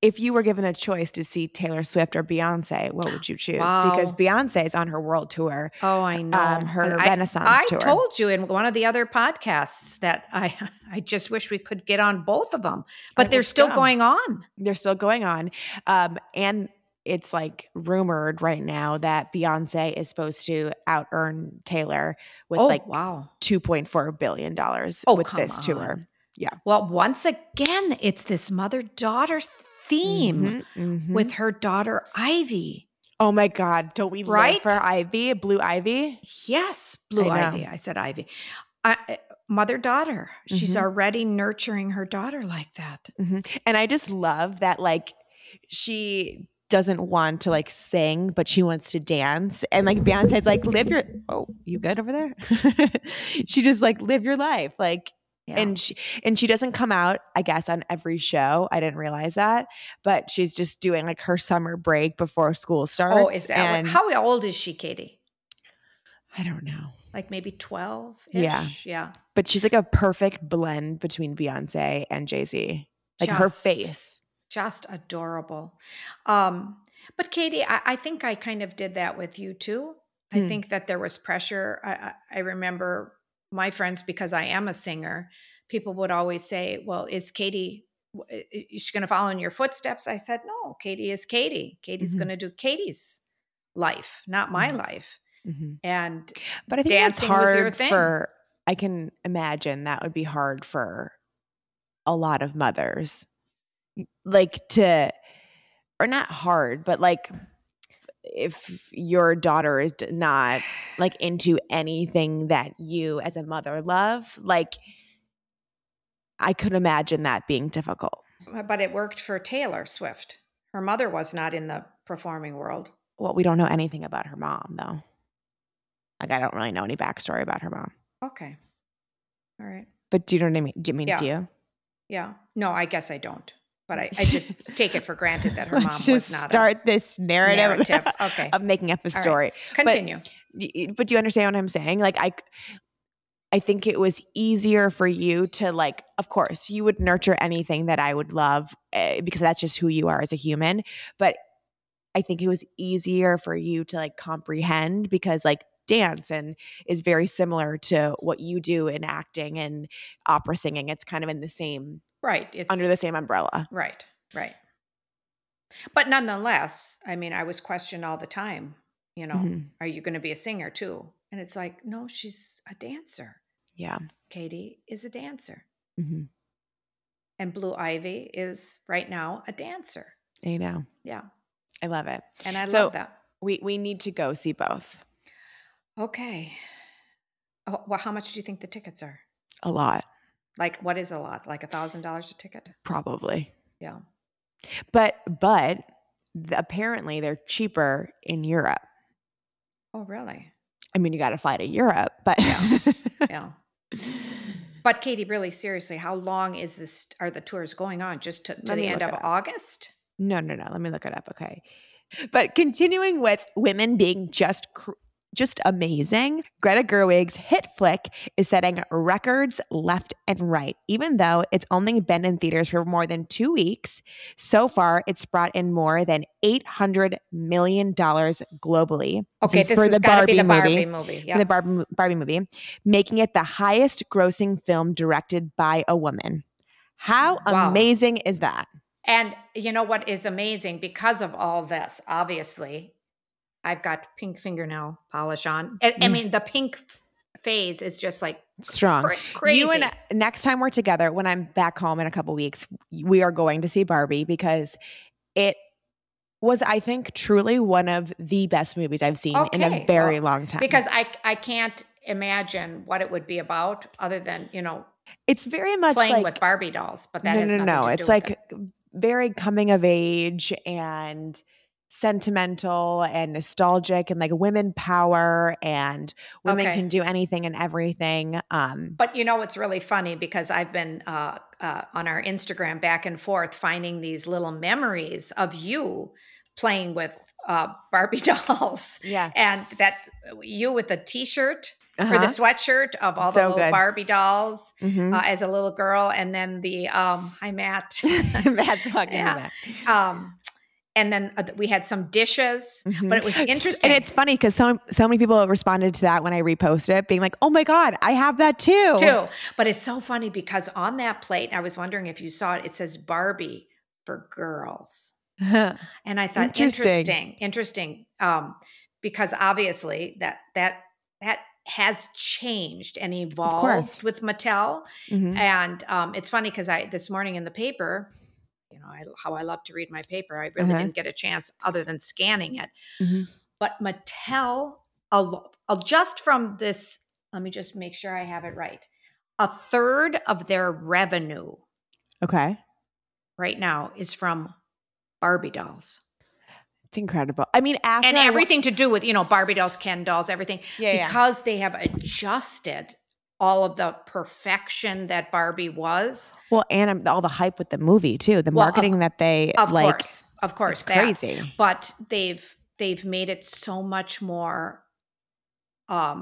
Speaker 2: if you were given a choice to see taylor swift or beyonce what would you choose because
Speaker 1: Wow.
Speaker 2: beyonce is on her world tour
Speaker 1: Oh, I know.
Speaker 2: um, her
Speaker 1: I,
Speaker 2: renaissance
Speaker 1: I
Speaker 2: tour
Speaker 1: told you in one of the other podcasts that I, I just wish we could get on both of them, but
Speaker 2: Like,
Speaker 1: they're
Speaker 2: let's
Speaker 1: still
Speaker 2: go.
Speaker 1: going on.
Speaker 2: they're still going on. Um, and it's like rumored right now that Beyonce is supposed to out earn Taylor with
Speaker 1: oh,
Speaker 2: like
Speaker 1: wow.
Speaker 2: $2.4 billion
Speaker 1: Oh,
Speaker 2: with
Speaker 1: come
Speaker 2: this tour.
Speaker 1: Well, once again, it's this mother daughter theme
Speaker 2: Mhm, mhm.
Speaker 1: with her daughter Ivy.
Speaker 2: oh my God, don't we
Speaker 1: Right?
Speaker 2: love for Ivy, Blue Ivy?
Speaker 1: Yes, Blue
Speaker 2: I know.
Speaker 1: Ivy. I said Ivy. I, mother daughter. She's
Speaker 2: Mhm.
Speaker 1: already nurturing her daughter like that.
Speaker 2: And I just love that, like, she doesn't want to like sing, but she wants to dance. And like Beyonce's like, live your oh, you good over there? she just like live your life. Like
Speaker 1: Yeah.
Speaker 2: and she and she doesn't come out i guess on every show i didn't realize that but she's just doing like her summer break before school starts
Speaker 1: oh, is that
Speaker 2: and
Speaker 1: what, how old is she, Katie?
Speaker 2: i don't know
Speaker 1: Like maybe 12
Speaker 2: Yeah.
Speaker 1: Yeah.
Speaker 2: but she's like a perfect blend between beyonce and jay-z like her
Speaker 1: Just-
Speaker 2: face
Speaker 1: Just adorable. Um, but Katie, I, I think I kind of did that with you too. I
Speaker 2: Hmm.
Speaker 1: think that there was pressure. I, I, I remember my friends, because I am a singer, people would always say, Well, is Katie, w- i- i- is she going to follow in your footsteps? I said, No, Katie is Katie. Katie's
Speaker 2: Mhm.
Speaker 1: going to do Katie's life, not my
Speaker 2: Mhm.
Speaker 1: life.
Speaker 2: Mhm.
Speaker 1: And
Speaker 2: but i think that's
Speaker 1: Dancing was your
Speaker 2: hard
Speaker 1: thing.
Speaker 2: for i can imagine that would be hard for a lot of mothers like to or not hard but like if your daughter is d- not like into anything that you as a mother love like i could imagine that being difficult
Speaker 1: uh, but it worked for Taylor Swift. Her mother was not in the performing world.
Speaker 2: well we don't know anything about her mom though like i don't really know any backstory about her mom
Speaker 1: Okay. All right.
Speaker 2: but do you know what i mean do you mean
Speaker 1: Yeah.
Speaker 2: do you
Speaker 1: Yeah. No, I guess I don't. But I, I just take it for granted that her mom
Speaker 2: let's just
Speaker 1: was not a
Speaker 2: start this narrative,
Speaker 1: narrative. Okay.
Speaker 2: of making up a
Speaker 1: right.
Speaker 2: story
Speaker 1: Continue.
Speaker 2: Y- y- but do you understand what I'm saying? Like I I think it was easier for you to like of course you would nurture anything that I would love eh, because that's just who you are as a human, but I think it was easier for you to like comprehend because like dance and is very similar to what you do in acting and opera singing. It's kind of in the same
Speaker 1: right. It's
Speaker 2: under the same umbrella.
Speaker 1: right. Right. But nonetheless, I mean, I was questioned all the time you know,
Speaker 2: Mhm.
Speaker 1: are you going to be a singer too? And it's like, no, she's a dancer.
Speaker 2: Yeah.
Speaker 1: Katie is a dancer.
Speaker 2: hmm
Speaker 1: And Blue Ivy is right now a dancer.
Speaker 2: I know.
Speaker 1: Yeah.
Speaker 2: I love it.
Speaker 1: And I
Speaker 2: So-
Speaker 1: love that.
Speaker 2: We we need to go see both.
Speaker 1: Okay. Oh, well, how much do you think the tickets are?
Speaker 2: A lot,
Speaker 1: Like, what is a lot? Like a thousand dollars a ticket?
Speaker 2: probably.
Speaker 1: Yeah.
Speaker 2: But but th- apparently they're cheaper in Europe.
Speaker 1: Oh, really?
Speaker 2: I mean, you got to fly to Europe, but
Speaker 1: Yeah. Yeah. But Katie, really seriously, how long is this? Are the tours going on just to, to
Speaker 2: Let
Speaker 1: the
Speaker 2: me
Speaker 1: end
Speaker 2: look
Speaker 1: of
Speaker 2: it up.
Speaker 1: August?
Speaker 2: no, no, no. Let me look it up. Okay. But continuing with women being just cr- just amazing, Greta Gerwig's hit flick is setting records left and right. Even though it's only been in theaters for more than 2 weeks, so far it's brought in more than 800 million dollars globally.
Speaker 1: Okay,
Speaker 2: is
Speaker 1: this
Speaker 2: for
Speaker 1: has
Speaker 2: the
Speaker 1: got to be the
Speaker 2: Barbie
Speaker 1: Barbie
Speaker 2: movie.
Speaker 1: movie.
Speaker 2: for
Speaker 1: Yeah.
Speaker 2: the Barbie, mo- Barbie movie, making it the highest grossing film directed by a woman. How
Speaker 1: Wow.
Speaker 2: amazing is that?
Speaker 1: And you know what is amazing because of all this, obviously, I've got pink fingernail polish on. I, I
Speaker 2: Yeah.
Speaker 1: mean, the pink f- phase is just like
Speaker 2: Strong.
Speaker 1: cra- crazy.
Speaker 2: You and next time we're together, when I'm back home in a couple weeks, we are going to see Barbie because it was, I think, truly one of the best movies I've seen in
Speaker 1: Okay,
Speaker 2: a very
Speaker 1: well,
Speaker 2: long time.
Speaker 1: because I I can't imagine what it would be about other than you know
Speaker 2: it's very much
Speaker 1: playing
Speaker 2: like
Speaker 1: with Barbie dolls. But that
Speaker 2: no,
Speaker 1: has
Speaker 2: no,
Speaker 1: nothing
Speaker 2: no.
Speaker 1: to
Speaker 2: It's
Speaker 1: do with
Speaker 2: like
Speaker 1: it.
Speaker 2: very coming of age and sentimental and nostalgic and like women power and women
Speaker 1: Okay.
Speaker 2: can do anything and everything. Um,
Speaker 1: But you know it's really funny because I've been uh, uh, on our Instagram back and forth finding these little memories of you playing with uh, Barbie dolls.
Speaker 2: yeah,
Speaker 1: and that you with the t-shirt or
Speaker 2: Uh-huh.
Speaker 1: the sweatshirt of all the
Speaker 2: So
Speaker 1: little
Speaker 2: good.
Speaker 1: Barbie dolls
Speaker 2: Mhm.
Speaker 1: uh, as a little girl, and then the um, hi Matt,
Speaker 2: that's fucking
Speaker 1: Yeah.
Speaker 2: about.
Speaker 1: um, and then uh, we had some dishes,
Speaker 2: Mhm.
Speaker 1: but it was
Speaker 2: S-
Speaker 1: interesting.
Speaker 2: and it's funny because so so many people responded to that when I reposted it, being like, "Oh my god, I have that too."
Speaker 1: too, but it's so funny because on that plate, I was wondering if you saw it. It says Barbie for girls.
Speaker 2: Mm-hmm.
Speaker 1: and I thought interesting,
Speaker 2: Interesting.
Speaker 1: interesting, um, because obviously that that that has changed and
Speaker 2: course.
Speaker 1: evolved with Mattel.
Speaker 2: Mhm.
Speaker 1: And um, it's funny because I this morning in the paper, you know, I, how I love to read my paper. I really
Speaker 2: Uh-huh.
Speaker 1: didn't get a chance other than scanning it.
Speaker 2: Mhm.
Speaker 1: But Mattel, al- al- just from this, let me just make sure I have it right. A third of their revenue
Speaker 2: Okay,
Speaker 1: right now is from Barbie dolls.
Speaker 2: it's incredible. I mean, after
Speaker 1: and
Speaker 2: I wa-
Speaker 1: everything to do with you know Barbie dolls, Ken dolls, everything
Speaker 2: yeah, yeah.
Speaker 1: because they have adjusted all of the perfection that Barbie was.
Speaker 2: Well, and um, all the hype with the movie too, the
Speaker 1: Well, of-
Speaker 2: marketing that they
Speaker 1: Of
Speaker 2: like,
Speaker 1: course, of course,
Speaker 2: it's
Speaker 1: that.
Speaker 2: crazy.
Speaker 1: But they've they've made it so much more um,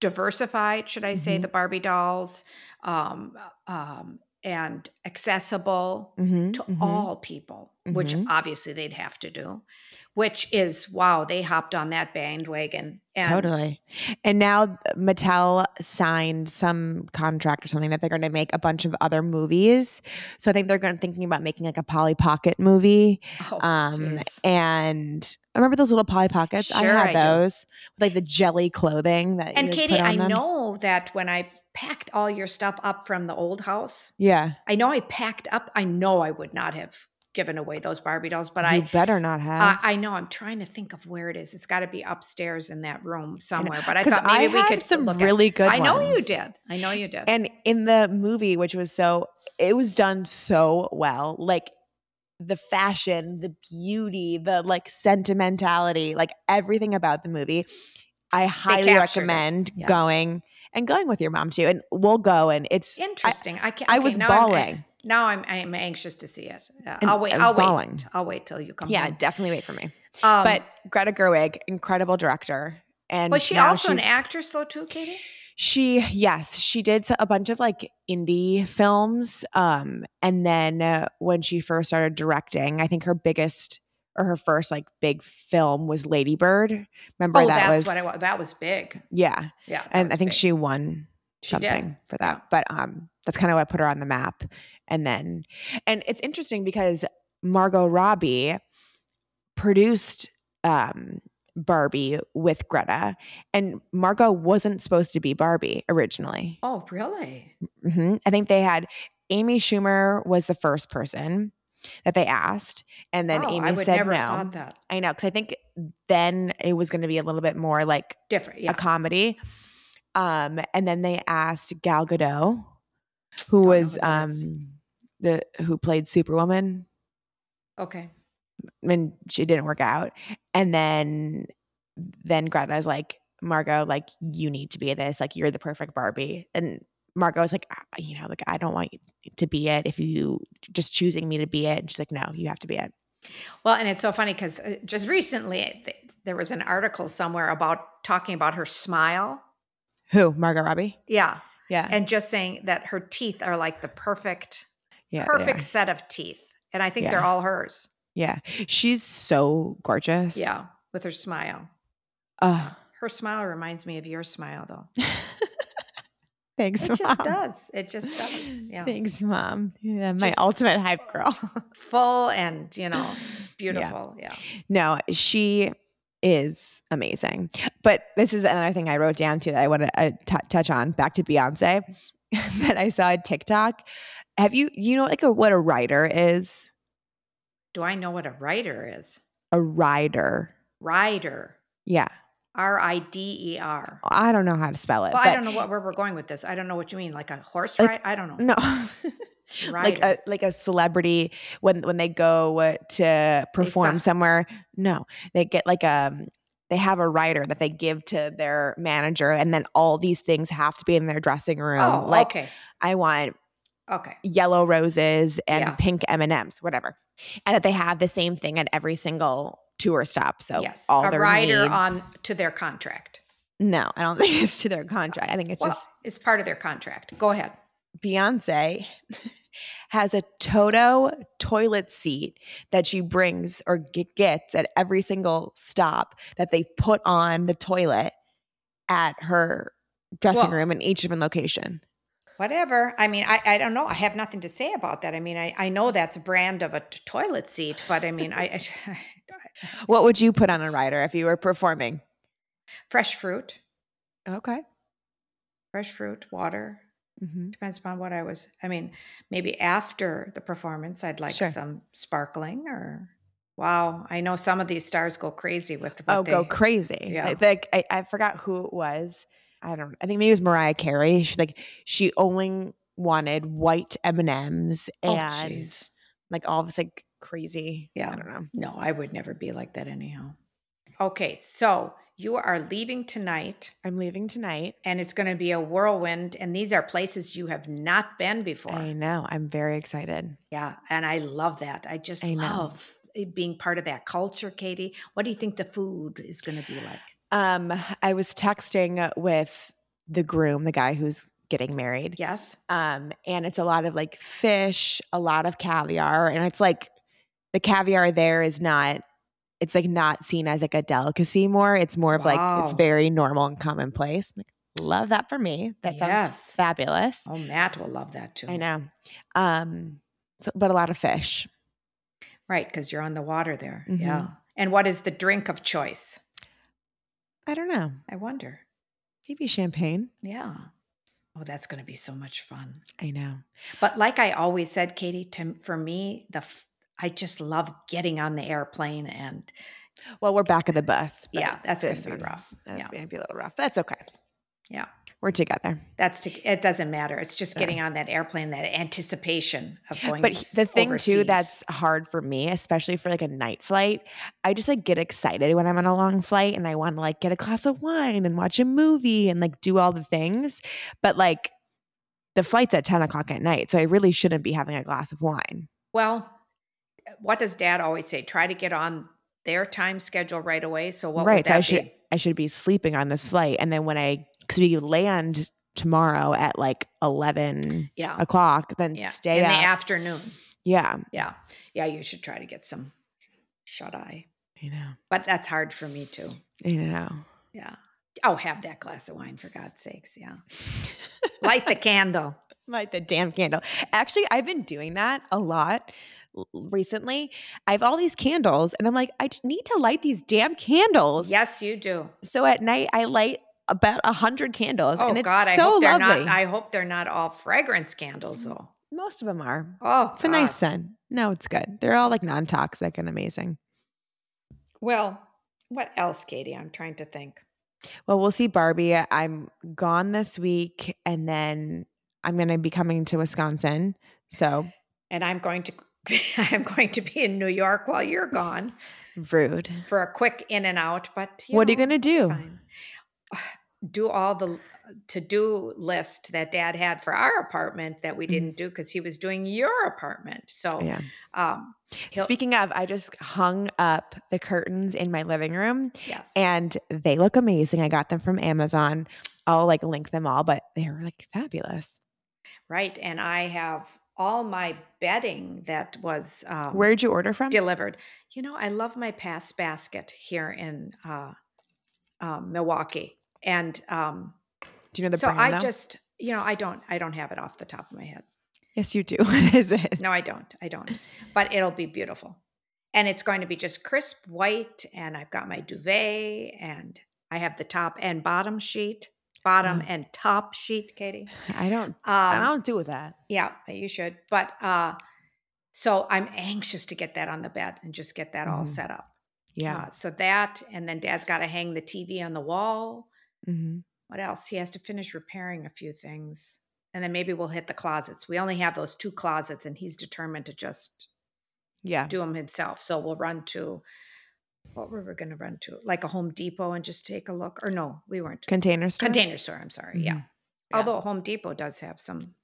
Speaker 1: diversified. Should I say
Speaker 2: Mhm.
Speaker 1: the Barbie dolls um, um, and accessible?
Speaker 2: Mhm,
Speaker 1: to
Speaker 2: mhm.
Speaker 1: all people, which
Speaker 2: Mhm.
Speaker 1: obviously they'd have to do, which is wow, they hopped on that bandwagon. And
Speaker 2: totally. And now Mattel signed some contract or something that they're going to make a bunch of other movies. So I think they're going to thinking about making like a Polly Pocket movie.
Speaker 1: Oh,
Speaker 2: Um,
Speaker 1: jeez.
Speaker 2: and remember those little Polly Pockets?
Speaker 1: Sure
Speaker 2: I
Speaker 1: I
Speaker 2: had
Speaker 1: do.
Speaker 2: those with like the jelly clothing that.
Speaker 1: and
Speaker 2: you
Speaker 1: Katie,
Speaker 2: put on
Speaker 1: I
Speaker 2: them.
Speaker 1: know that when I packed all your stuff up from the old house,
Speaker 2: Yeah,
Speaker 1: I know I packed up, I know I would not have given away those Barbie dolls, but
Speaker 2: you
Speaker 1: I.
Speaker 2: better not have.
Speaker 1: I I know. I'm trying to think of where it is. It's got to be upstairs in that room somewhere. But I
Speaker 2: Because
Speaker 1: thought maybe
Speaker 2: I
Speaker 1: we
Speaker 2: had
Speaker 1: could
Speaker 2: some
Speaker 1: look at-
Speaker 2: really good.
Speaker 1: I know you
Speaker 2: ones.
Speaker 1: did. I know you did.
Speaker 2: And in the movie, which was so, it was done so well. Like the fashion, the beauty, the like sentimentality, like everything about the movie. I highly
Speaker 1: captured it.
Speaker 2: recommend
Speaker 1: Yeah.
Speaker 2: going and going with your mom too. And we'll go. And it's,
Speaker 1: Interesting. I, can't.
Speaker 2: I
Speaker 1: okay,
Speaker 2: was
Speaker 1: now I'm-
Speaker 2: bawling.
Speaker 1: Now I'm I'm anxious to see it. Uh,
Speaker 2: And
Speaker 1: I'll wait.
Speaker 2: I was
Speaker 1: I'll
Speaker 2: bawling.
Speaker 1: wait. I'll wait till you come.
Speaker 2: yeah,
Speaker 1: home.
Speaker 2: definitely wait for me.
Speaker 1: Um,
Speaker 2: but Greta Gerwig, incredible director. And
Speaker 1: was she
Speaker 2: now
Speaker 1: also an
Speaker 2: she's-
Speaker 1: actress though too, Katie?
Speaker 2: She yes, she did a bunch of like indie films um and then uh, when she first started directing, I think her biggest or her first like big film was Ladybird. Remember
Speaker 1: Oh,
Speaker 2: that
Speaker 1: that's
Speaker 2: was
Speaker 1: what I wa- That was big.
Speaker 2: Yeah.
Speaker 1: Yeah, that
Speaker 2: And I
Speaker 1: was
Speaker 2: think
Speaker 1: big.
Speaker 2: she won
Speaker 1: She did.
Speaker 2: something for that. But um that's kind of what put her on the map. And then and it's interesting because Margot Robbie produced um, Barbie with Greta, and Margot wasn't supposed to be Barbie originally.
Speaker 1: Oh, really?
Speaker 2: hmm I think they had Amy Schumer was the first person that they asked, and then
Speaker 1: Wow, Oh, I
Speaker 2: Amy
Speaker 1: would
Speaker 2: said
Speaker 1: never
Speaker 2: no.
Speaker 1: have thought that.
Speaker 2: I know because I think then it was going to be a little bit more like
Speaker 1: Different. Yeah.
Speaker 2: a comedy. Um, and then they asked Gal Gadot, who
Speaker 1: know
Speaker 2: was
Speaker 1: who that
Speaker 2: um
Speaker 1: is.
Speaker 2: the who played Superwoman
Speaker 1: okay.
Speaker 2: when she didn't work out, and then then Greta's like Margot, like you need to be this, like you're the perfect Barbie, and Margot was like, "Ah, you know, like I don't want you to be it if you just choosing me to be it, and she's like, no, you have to be it.
Speaker 1: Well, and it's so funny because just recently th- there was an article somewhere about talking about her smile.
Speaker 2: Who Margot Robbie?
Speaker 1: Yeah.
Speaker 2: Yeah,
Speaker 1: And just saying that her teeth are like the perfect,
Speaker 2: yeah, they are.
Speaker 1: perfect set of teeth. And I think they're
Speaker 2: Yeah.
Speaker 1: all hers.
Speaker 2: Yeah, she's so gorgeous.
Speaker 1: Yeah. With her smile.
Speaker 2: Oh.
Speaker 1: Her smile reminds me of your smile, though.
Speaker 2: Thanks,
Speaker 1: It just
Speaker 2: Mom.
Speaker 1: does. It just does. Yeah.
Speaker 2: Thanks, mom. Yeah, my
Speaker 1: Just-
Speaker 2: ultimate hype girl.
Speaker 1: Full and, you know,
Speaker 2: Yeah.
Speaker 1: beautiful. Yeah.
Speaker 2: no, she is amazing. But this is another thing I wrote down too that I want to uh, t- touch on. Back to Beyonce, that I saw a TikTok. Have you you know like a, what a writer is?
Speaker 1: Do I know what a writer is?
Speaker 2: A writer.
Speaker 1: Rider.
Speaker 2: Yeah,
Speaker 1: R I D E R.
Speaker 2: I don't know how to spell it.
Speaker 1: Well,
Speaker 2: but
Speaker 1: I don't know what where we're going with this. I don't know what you mean, like a horse
Speaker 2: Like,
Speaker 1: ride. I don't know.
Speaker 2: No. like
Speaker 1: Rider.
Speaker 2: a like a celebrity when when they go uh, to perform
Speaker 1: sign.
Speaker 2: somewhere. No, they get like a they have a writer that they give to their manager, and then all these things have to be in their dressing room.
Speaker 1: oh,
Speaker 2: um, like
Speaker 1: okay,
Speaker 2: I want
Speaker 1: okay.
Speaker 2: yellow roses and
Speaker 1: Yeah.
Speaker 2: pink M and M's, whatever, and that they have the same thing at every single tour stop. So
Speaker 1: yes,
Speaker 2: all
Speaker 1: a
Speaker 2: their
Speaker 1: rider
Speaker 2: needs-
Speaker 1: on to their contract.
Speaker 2: No, I don't think it's to their contract. I think it's
Speaker 1: Well,
Speaker 2: just
Speaker 1: it's part of their contract. Go ahead.
Speaker 2: Beyonce has a Toto toilet seat that she brings or g- gets at every single stop that they put on the toilet at her dressing
Speaker 1: Well-
Speaker 2: room in each different location.
Speaker 1: Whatever. I mean, I, I don't know. I have nothing to say about that. I mean, I, I know that's a brand of a t- toilet seat, but I mean, I, I
Speaker 2: What would you put on a rider if you were performing?
Speaker 1: fresh fruit,
Speaker 2: Okay.
Speaker 1: fresh fruit, water
Speaker 2: hmm
Speaker 1: depends upon what I was. I mean, maybe after the performance, I'd like
Speaker 2: Sure.
Speaker 1: some sparkling or. Wow, I know some of these stars go crazy with what
Speaker 2: Oh, go
Speaker 1: they-
Speaker 2: crazy.
Speaker 1: yeah.
Speaker 2: Like, like, I, I forgot who it was. I don't I think maybe it was Mariah Carey. She's like, she only wanted white M&Ms
Speaker 1: Oh,
Speaker 2: and
Speaker 1: jeez.
Speaker 2: like all this like crazy.
Speaker 1: Yeah.
Speaker 2: I don't know.
Speaker 1: No, I would never be like that anyhow. Okay, so you are leaving tonight
Speaker 2: I'm leaving tonight.
Speaker 1: and it's going to be a whirlwind and these are places you have not been before.
Speaker 2: I know. I'm very excited.
Speaker 1: Yeah, and I love that. I just
Speaker 2: I know.
Speaker 1: love it being part of that culture, Katie. What do you think the food is going to be like?
Speaker 2: Um, I was texting with the groom, the guy who's getting married.
Speaker 1: Yes.
Speaker 2: Um, and it's a lot of like fish, a lot of caviar, and it's like the caviar there is not it's like not seen as like a delicacy more. It's more of like it's
Speaker 1: Wow.
Speaker 2: very normal and commonplace. Like, love that for me. That sounds
Speaker 1: Yes.
Speaker 2: fabulous.
Speaker 1: Oh, Matt will love that too.
Speaker 2: I know. Um so, but a lot of fish.
Speaker 1: Right, because you're on the water there.
Speaker 2: Mhm.
Speaker 1: Yeah. And what is the drink of choice?
Speaker 2: I don't know.
Speaker 1: I wonder.
Speaker 2: Maybe champagne.
Speaker 1: Yeah. Oh, that's going to be so much fun.
Speaker 2: I know.
Speaker 1: But like I always said, Katie, to, for me, the f- I just love getting on the airplane and
Speaker 2: Well, we're back at the bus. but
Speaker 1: yeah, that's going
Speaker 2: this
Speaker 1: to be
Speaker 2: one-
Speaker 1: rough.
Speaker 2: That's
Speaker 1: yeah,
Speaker 2: gonna be a little rough. That's okay.
Speaker 1: Yeah.
Speaker 2: We're together.
Speaker 1: that's to, it. Doesn't matter. It's just
Speaker 2: Yeah.
Speaker 1: getting on that airplane, that anticipation of going.
Speaker 2: But he- the
Speaker 1: s-
Speaker 2: thing too
Speaker 1: overseas.
Speaker 2: that's hard for me, especially for like a night flight, I just like get excited when I'm on a long flight and I want to like get a glass of wine and watch a movie and like do all the things. But like the flight's at 10 o'clock at night. So I really shouldn't be having a glass of wine.
Speaker 1: well, what does Dad always say? Try to get on their time schedule right away. So what?
Speaker 2: Right,
Speaker 1: Would
Speaker 2: so I
Speaker 1: that
Speaker 2: should-
Speaker 1: be?
Speaker 2: I should be sleeping on this flight. And then when I, because we land tomorrow at like 11
Speaker 1: Yeah.
Speaker 2: o'clock, then
Speaker 1: Oh, yeah.
Speaker 2: stay
Speaker 1: in
Speaker 2: up.
Speaker 1: the afternoon.
Speaker 2: yeah.
Speaker 1: Yeah, yeah. You should try to get some shut eye,
Speaker 2: You know,
Speaker 1: but that's hard for me too.
Speaker 2: you know.
Speaker 1: Yeah. Oh, have that glass of wine for God's sakes. Yeah. Light the candle.
Speaker 2: Light the damn candle. Actually, I've been doing that a lot l- recently. I have all these candles and I'm like, I just need to light these damn candles.
Speaker 1: Yes, you do.
Speaker 2: So at night, I light about a hundred candles
Speaker 1: Oh
Speaker 2: and it's
Speaker 1: God, I
Speaker 2: so
Speaker 1: hope they're
Speaker 2: lovely.
Speaker 1: not. I hope they're not all fragrance candles though.
Speaker 2: Most of them are.
Speaker 1: Oh,
Speaker 2: It's a
Speaker 1: God.
Speaker 2: nice scent. No, it's good. They're all like non toxic and amazing.
Speaker 1: Well, what else, Katie? I'm trying to think.
Speaker 2: Well, we'll see Barbie. I'm gone this week and then I'm going to be coming to Wisconsin. So
Speaker 1: And I'm going to. I'm going to be in New York while you're gone
Speaker 2: rude.
Speaker 1: for a quick in and out. But
Speaker 2: what are you
Speaker 1: know,
Speaker 2: going to do?
Speaker 1: fine. Do all the to do list that dad had for our apartment that we
Speaker 2: Mhm.
Speaker 1: didn't do because he was doing your apartment. So,
Speaker 2: Yeah.
Speaker 1: um, he'll-
Speaker 2: Speaking of, I just hung up the curtains in my living room
Speaker 1: yes.
Speaker 2: and they look amazing. I got them from Amazon. I'll like link them all, but they're like fabulous.
Speaker 1: right. And I have all my bedding that was um,
Speaker 2: Where'd you order from?
Speaker 1: delivered. You know, I love my pass basket here in uh, um, Milwaukee. And um,
Speaker 2: Do you know the
Speaker 1: so
Speaker 2: brand?
Speaker 1: I
Speaker 2: though?
Speaker 1: just, you know, I don't, I don't have it off the top of my head.
Speaker 2: yes, you do. What is it?
Speaker 1: No, I don't. I don't. But it'll be beautiful. And it's going to be just crisp white. And I've got my duvet and I have the top and bottom sheet, bottom
Speaker 2: Wow.
Speaker 1: and top sheet, Katie.
Speaker 2: I don't.
Speaker 1: Um,
Speaker 2: Mm. I don't do that.
Speaker 1: Yeah, you should. But uh, so I'm anxious to get that on the bed and just get that all
Speaker 2: Mhm.
Speaker 1: set up.
Speaker 2: Yeah.
Speaker 1: Uh, so that, and then dad's got to hang the TV on the wall.
Speaker 2: hmm
Speaker 1: What else? He has to finish repairing a few things. And then maybe we'll hit the closets. We only have those two closets, and he's determined to just
Speaker 2: Yeah.
Speaker 1: do them himself. So we'll run to what were we going to run to? Like a Home Depot and just take a look. Or no, we weren't.
Speaker 2: Container store.
Speaker 1: Container store, I'm sorry. Yeah.
Speaker 2: Mhm. Yeah.
Speaker 1: Although Home Depot does have some.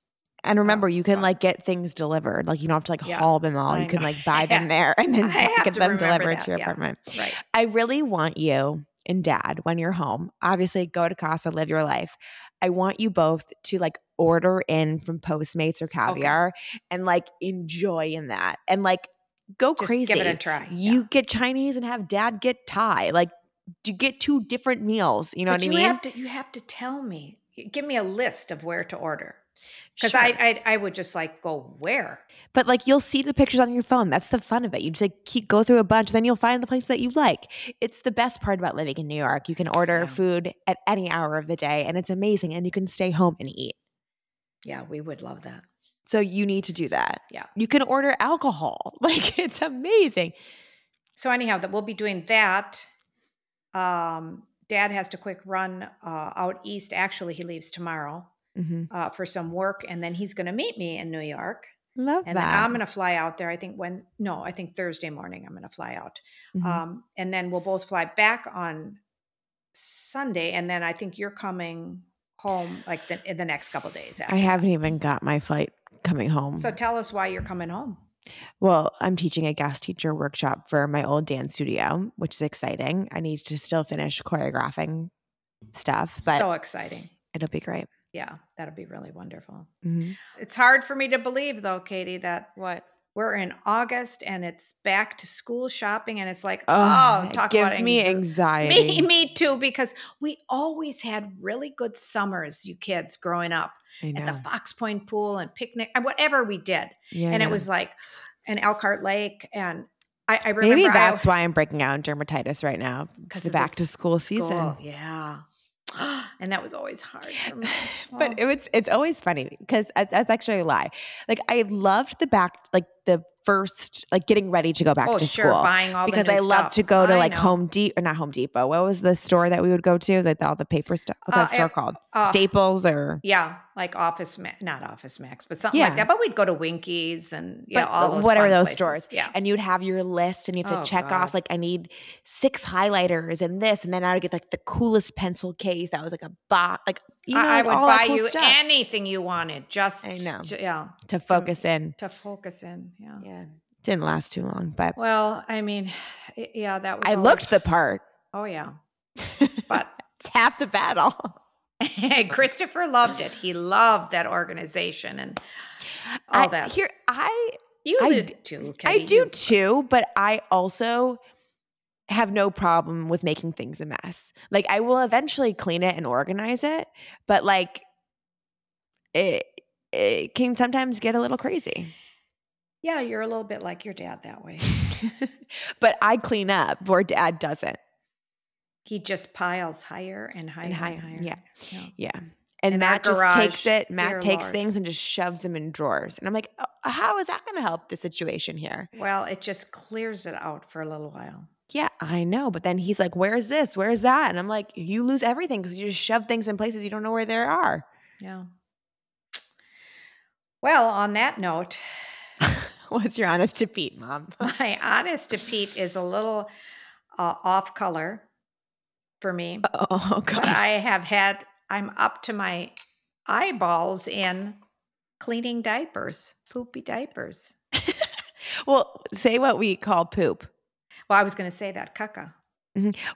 Speaker 2: And remember, you can
Speaker 1: awesome.
Speaker 2: like get things delivered. Like you don't have to like
Speaker 1: Yeah,
Speaker 2: haul them all.
Speaker 1: I
Speaker 2: You can
Speaker 1: know.
Speaker 2: like buy them
Speaker 1: Yeah.
Speaker 2: there and then
Speaker 1: I have
Speaker 2: get
Speaker 1: to
Speaker 2: them
Speaker 1: remember
Speaker 2: delivered
Speaker 1: that,
Speaker 2: to your
Speaker 1: yeah.
Speaker 2: apartment.
Speaker 1: Right.
Speaker 2: I really want you and dad when you're home, obviously go to Casa, live your life. I want you both to like order in from Postmates or Caviar and like enjoy in that and like go
Speaker 1: Just
Speaker 2: crazy.
Speaker 1: give it a try. Yeah.
Speaker 2: you get Chinese and have dad get Thai. Like you get two different meals. You know
Speaker 1: But
Speaker 2: what I
Speaker 1: you
Speaker 2: mean?
Speaker 1: Have to, you have to tell me. Give me a list of where to order. Because
Speaker 2: Sure.
Speaker 1: I, I I would just like go where.
Speaker 2: But like you'll see the pictures on your phone. That's the fun of it. You just like keep go through a bunch, then you'll find the place that you like. It's the best part about living in New York. You can order
Speaker 1: Yeah.
Speaker 2: food at any hour of the day and it's amazing and you can stay home and eat.
Speaker 1: Yeah, we would love that.
Speaker 2: So you need to do that.
Speaker 1: Yeah.
Speaker 2: You can order alcohol. Like it's amazing.
Speaker 1: So anyhow, that we'll be doing that. Um, Dad has to quick run uh, out east. Actually, he leaves tomorrow
Speaker 2: Mhm.
Speaker 1: uh, for some work, and then he's going to meet me in New York.
Speaker 2: Love
Speaker 1: And then
Speaker 2: that.
Speaker 1: I'm going to fly out there. I think when no, I think Thursday morning I'm going to fly out.
Speaker 2: Mhm.
Speaker 1: Um, and then we'll both fly back on Sunday, and then I think you're coming home like the, in the next couple days. After.
Speaker 2: I haven't even got my flight coming home.
Speaker 1: So tell us why you're coming home.
Speaker 2: Well, I'm teaching a guest teacher workshop for my old dance studio, which is exciting. I need to still finish choreographing stuff, but
Speaker 1: so exciting.
Speaker 2: it'll be great.
Speaker 1: Yeah, that'll be really wonderful.
Speaker 2: Mhm.
Speaker 1: It's hard for me to believe though, Katie, that
Speaker 2: What?
Speaker 1: we're in August and it's back to school shopping and it's like,
Speaker 2: Oh,
Speaker 1: oh,
Speaker 2: it
Speaker 1: talk
Speaker 2: gives
Speaker 1: about
Speaker 2: me
Speaker 1: anxiety.
Speaker 2: anxiety.
Speaker 1: Me, me too, because we always had really good summers, you kids, growing up
Speaker 2: I
Speaker 1: at
Speaker 2: know.
Speaker 1: the Fox Point pool and picnic and whatever we did.
Speaker 2: yeah, I
Speaker 1: and it
Speaker 2: know.
Speaker 1: was like an Elkhart Lake, and I, I remember
Speaker 2: maybe
Speaker 1: I-
Speaker 2: that's why I'm breaking out in dermatitis right now. It's
Speaker 1: 'Cause
Speaker 2: the
Speaker 1: of the
Speaker 2: back to school season.
Speaker 1: school, yeah, and that was always hard. For me.
Speaker 2: But it was, it's always funny because that's, that's actually a lie. Like I loved the back, like the first, like getting ready to go back
Speaker 1: oh,
Speaker 2: to
Speaker 1: sure,
Speaker 2: school
Speaker 1: buying all the
Speaker 2: because
Speaker 1: new
Speaker 2: I love
Speaker 1: stuff.
Speaker 2: to go to
Speaker 1: I
Speaker 2: like
Speaker 1: know.
Speaker 2: Home Depot or not Home Depot. What was the store that we would go to that all the paper stuff? What's
Speaker 1: Uh,
Speaker 2: that store
Speaker 1: it-
Speaker 2: called?
Speaker 1: uh,
Speaker 2: Staples or
Speaker 1: Yeah, like Office, Ma- not Office Max, but something
Speaker 2: Yeah.
Speaker 1: like that. But we'd go to Winkies and yeah,
Speaker 2: But
Speaker 1: all those
Speaker 2: whatever
Speaker 1: fun
Speaker 2: those
Speaker 1: places.
Speaker 2: stores.
Speaker 1: Yeah,
Speaker 2: and you'd have your list and you have to
Speaker 1: Oh,
Speaker 2: check off
Speaker 1: God.
Speaker 2: like I need six highlighters and this and then I would get like the coolest pencil case that was like a box like you know
Speaker 1: I, I
Speaker 2: like,
Speaker 1: would
Speaker 2: all that
Speaker 1: buy
Speaker 2: cool
Speaker 1: you
Speaker 2: stuff
Speaker 1: anything you wanted. Just
Speaker 2: I know.
Speaker 1: j- yeah,
Speaker 2: to focus in.
Speaker 1: to focus in. Yeah.
Speaker 2: Yeah. Didn't last too long, but
Speaker 1: Oh. Well, I mean, it- yeah, that was.
Speaker 2: I
Speaker 1: always-
Speaker 2: looked the part.
Speaker 1: Oh yeah,
Speaker 2: But
Speaker 1: but
Speaker 2: it's half the battle.
Speaker 1: Christopher loved it. He loved that organization and all
Speaker 2: I,
Speaker 1: that.
Speaker 2: Here I
Speaker 1: you
Speaker 2: I
Speaker 1: did
Speaker 2: d-
Speaker 1: too.
Speaker 2: I
Speaker 1: Katie.
Speaker 2: do
Speaker 1: You-
Speaker 2: too, but I also have no problem with making things a mess. Like I will eventually clean it and organize it, but like it it can sometimes get a little crazy.
Speaker 1: Yeah, you're a little bit like your dad that way.
Speaker 2: but I clean up where dad doesn't.
Speaker 1: He just piles higher and higher and higher.
Speaker 2: higher,
Speaker 1: and
Speaker 2: yeah.
Speaker 1: higher.
Speaker 2: Yeah.
Speaker 1: And
Speaker 2: And,
Speaker 1: our
Speaker 2: Matt just
Speaker 1: garage,
Speaker 2: takes it. Matt
Speaker 1: dear
Speaker 2: takes
Speaker 1: Lord.
Speaker 2: things and just shoves them in drawers. And I'm like, oh, how is that going to help the situation here?
Speaker 1: Yeah. Well, it just clears it out for a little while.
Speaker 2: Yeah, I know. But then he's like, where's this? Where's that? And I'm like, you lose everything because you just shove things in places you don't know where they are.
Speaker 1: Yeah. Well, on that note,
Speaker 2: What's your honest defeat, mom?
Speaker 1: my honest defeat is a little uh, off color for me.
Speaker 2: Oh,
Speaker 1: But
Speaker 2: God.
Speaker 1: I have had, I'm up to my eyeballs in cleaning diapers, poopy diapers.
Speaker 2: Well, say what we call poop.
Speaker 1: Well, I was going to say that, caca.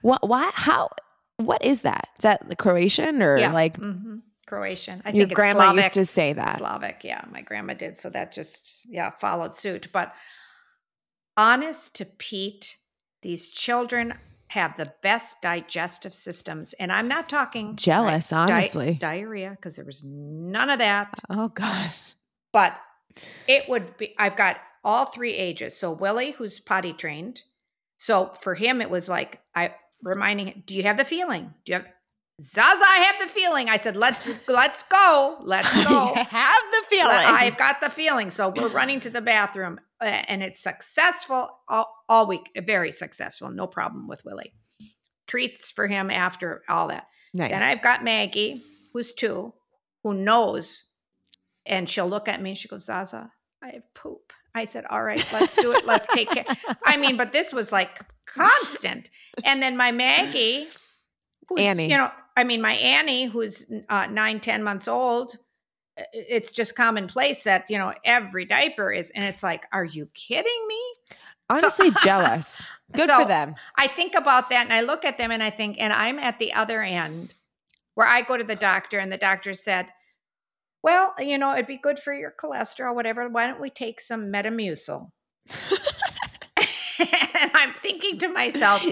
Speaker 2: What, why, how, what is that? Is that the Croatian or like
Speaker 1: mhm, Croatian. I
Speaker 2: your
Speaker 1: think
Speaker 2: grandma
Speaker 1: it's Slavic.
Speaker 2: used to say that?
Speaker 1: Slavic, yeah, my grandma did. So that just, yeah, followed suit. But honest to Pete, these children have the best digestive systems. And I'm not talking
Speaker 2: Jealous,
Speaker 1: di-
Speaker 2: honestly.
Speaker 1: diarrhea, because there was none of that.
Speaker 2: oh, God.
Speaker 1: But it would be, I've got all three ages. So Willie, who's potty trained. So for him, it was like, I reminding him, do you have the feeling? Do you have, Zaza, I have the feeling. I said, let's, let's go. Let's go.
Speaker 2: I have the feeling.
Speaker 1: Well, I've got the feeling. So we're running to the bathroom, uh, and it's successful all, all week. Very successful. No problem with Willie. Treats for him after all that.
Speaker 2: nice.
Speaker 1: Then I've got Maggie, who's two, who knows, and she'll look at me and she goes, "Zaza, I have poop." I said, "All right, let's do it. Let's take care." I mean, but this was like constant. And then my Maggie, who's
Speaker 2: Annie.
Speaker 1: you know, I mean, my Annie, who's uh, nine, ten months old. i- It's just commonplace that you know every diaper is, and it's like, are you kidding me?
Speaker 2: Honestly, jealous. Good
Speaker 1: So-
Speaker 2: for them.
Speaker 1: I think about that and I look at them and I think, and I'm at the other end where I go to the doctor and the doctor said, well, you know, it'd be good for your cholesterol, whatever. Why don't we take some Metamucil? and I'm thinking to myself,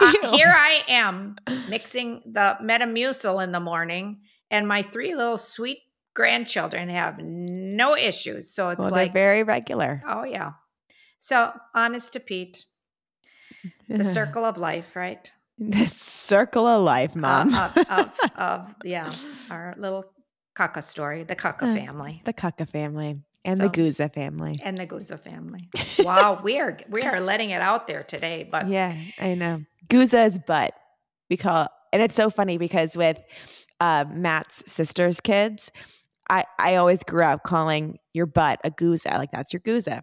Speaker 1: uh,
Speaker 2: Ew.
Speaker 1: here I am mixing the Metamucil in the morning, and my three little sweet grandchildren have no issues. So it's
Speaker 2: well,
Speaker 1: like,
Speaker 2: they're very regular.
Speaker 1: oh, yeah. So, honest to Pete, the circle of life, right?
Speaker 2: The circle of life,
Speaker 1: Uh,
Speaker 2: mom.
Speaker 1: of, of, of, of yeah, our little Kaka story, the Kaka
Speaker 2: Uh.
Speaker 1: family
Speaker 2: the Kaka family and
Speaker 1: So-
Speaker 2: the Guza family.
Speaker 1: and the Guza family. Wow, we are we are letting it out there today, but
Speaker 2: yeah, I know. Guza's butt. We call and it's so funny because with uh, Matt's sister's kids, I, I always grew up calling your butt a Guza. Like that's your Guza.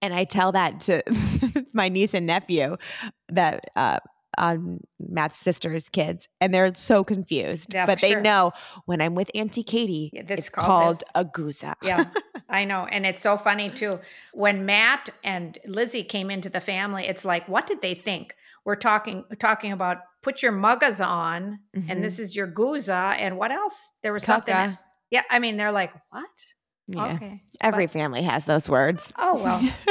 Speaker 2: And I tell that to my niece and nephew that uh, on Matt's sister's kids, and they're so confused.
Speaker 1: Yeah,
Speaker 2: but
Speaker 1: for
Speaker 2: they
Speaker 1: sure.
Speaker 2: know when I'm with Auntie Katie,
Speaker 1: Yeah, this
Speaker 2: it's
Speaker 1: is called
Speaker 2: called
Speaker 1: this.
Speaker 2: a Guza.
Speaker 1: yeah, I know. And it's so funny too. When Matt and Lizzie came into the family, it's like, what did they think? We're talking talking about put your muggas on,
Speaker 2: Mhm.
Speaker 1: and this is your Guza, and what else? There was something.
Speaker 2: Kaka.
Speaker 1: Yeah, I mean, they're like, what?
Speaker 2: Yeah.
Speaker 1: Okay.
Speaker 2: Every family has those words.
Speaker 1: Oh well,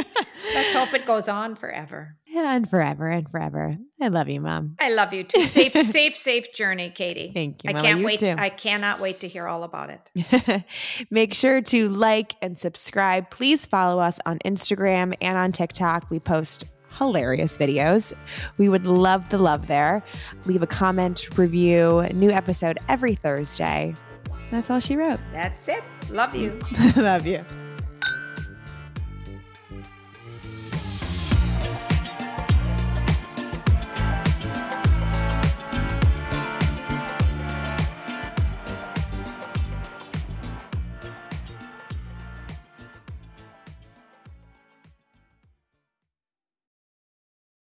Speaker 1: let's hope it goes on forever.
Speaker 2: Yeah, and forever and forever. I love you, mom.
Speaker 1: I love you too. Safe, safe, safe journey, Katie.
Speaker 2: Thank you.
Speaker 1: I
Speaker 2: Mama.
Speaker 1: can't
Speaker 2: You
Speaker 1: wait.
Speaker 2: too.
Speaker 1: I cannot wait to hear all about it.
Speaker 2: Make sure to like and subscribe. Please follow us on Instagram and on TikTok. We post hilarious videos. We would love the love there. Leave a comment, review, new episode every Thursday. That's all she wrote.
Speaker 1: That's it. Love you.
Speaker 2: love you.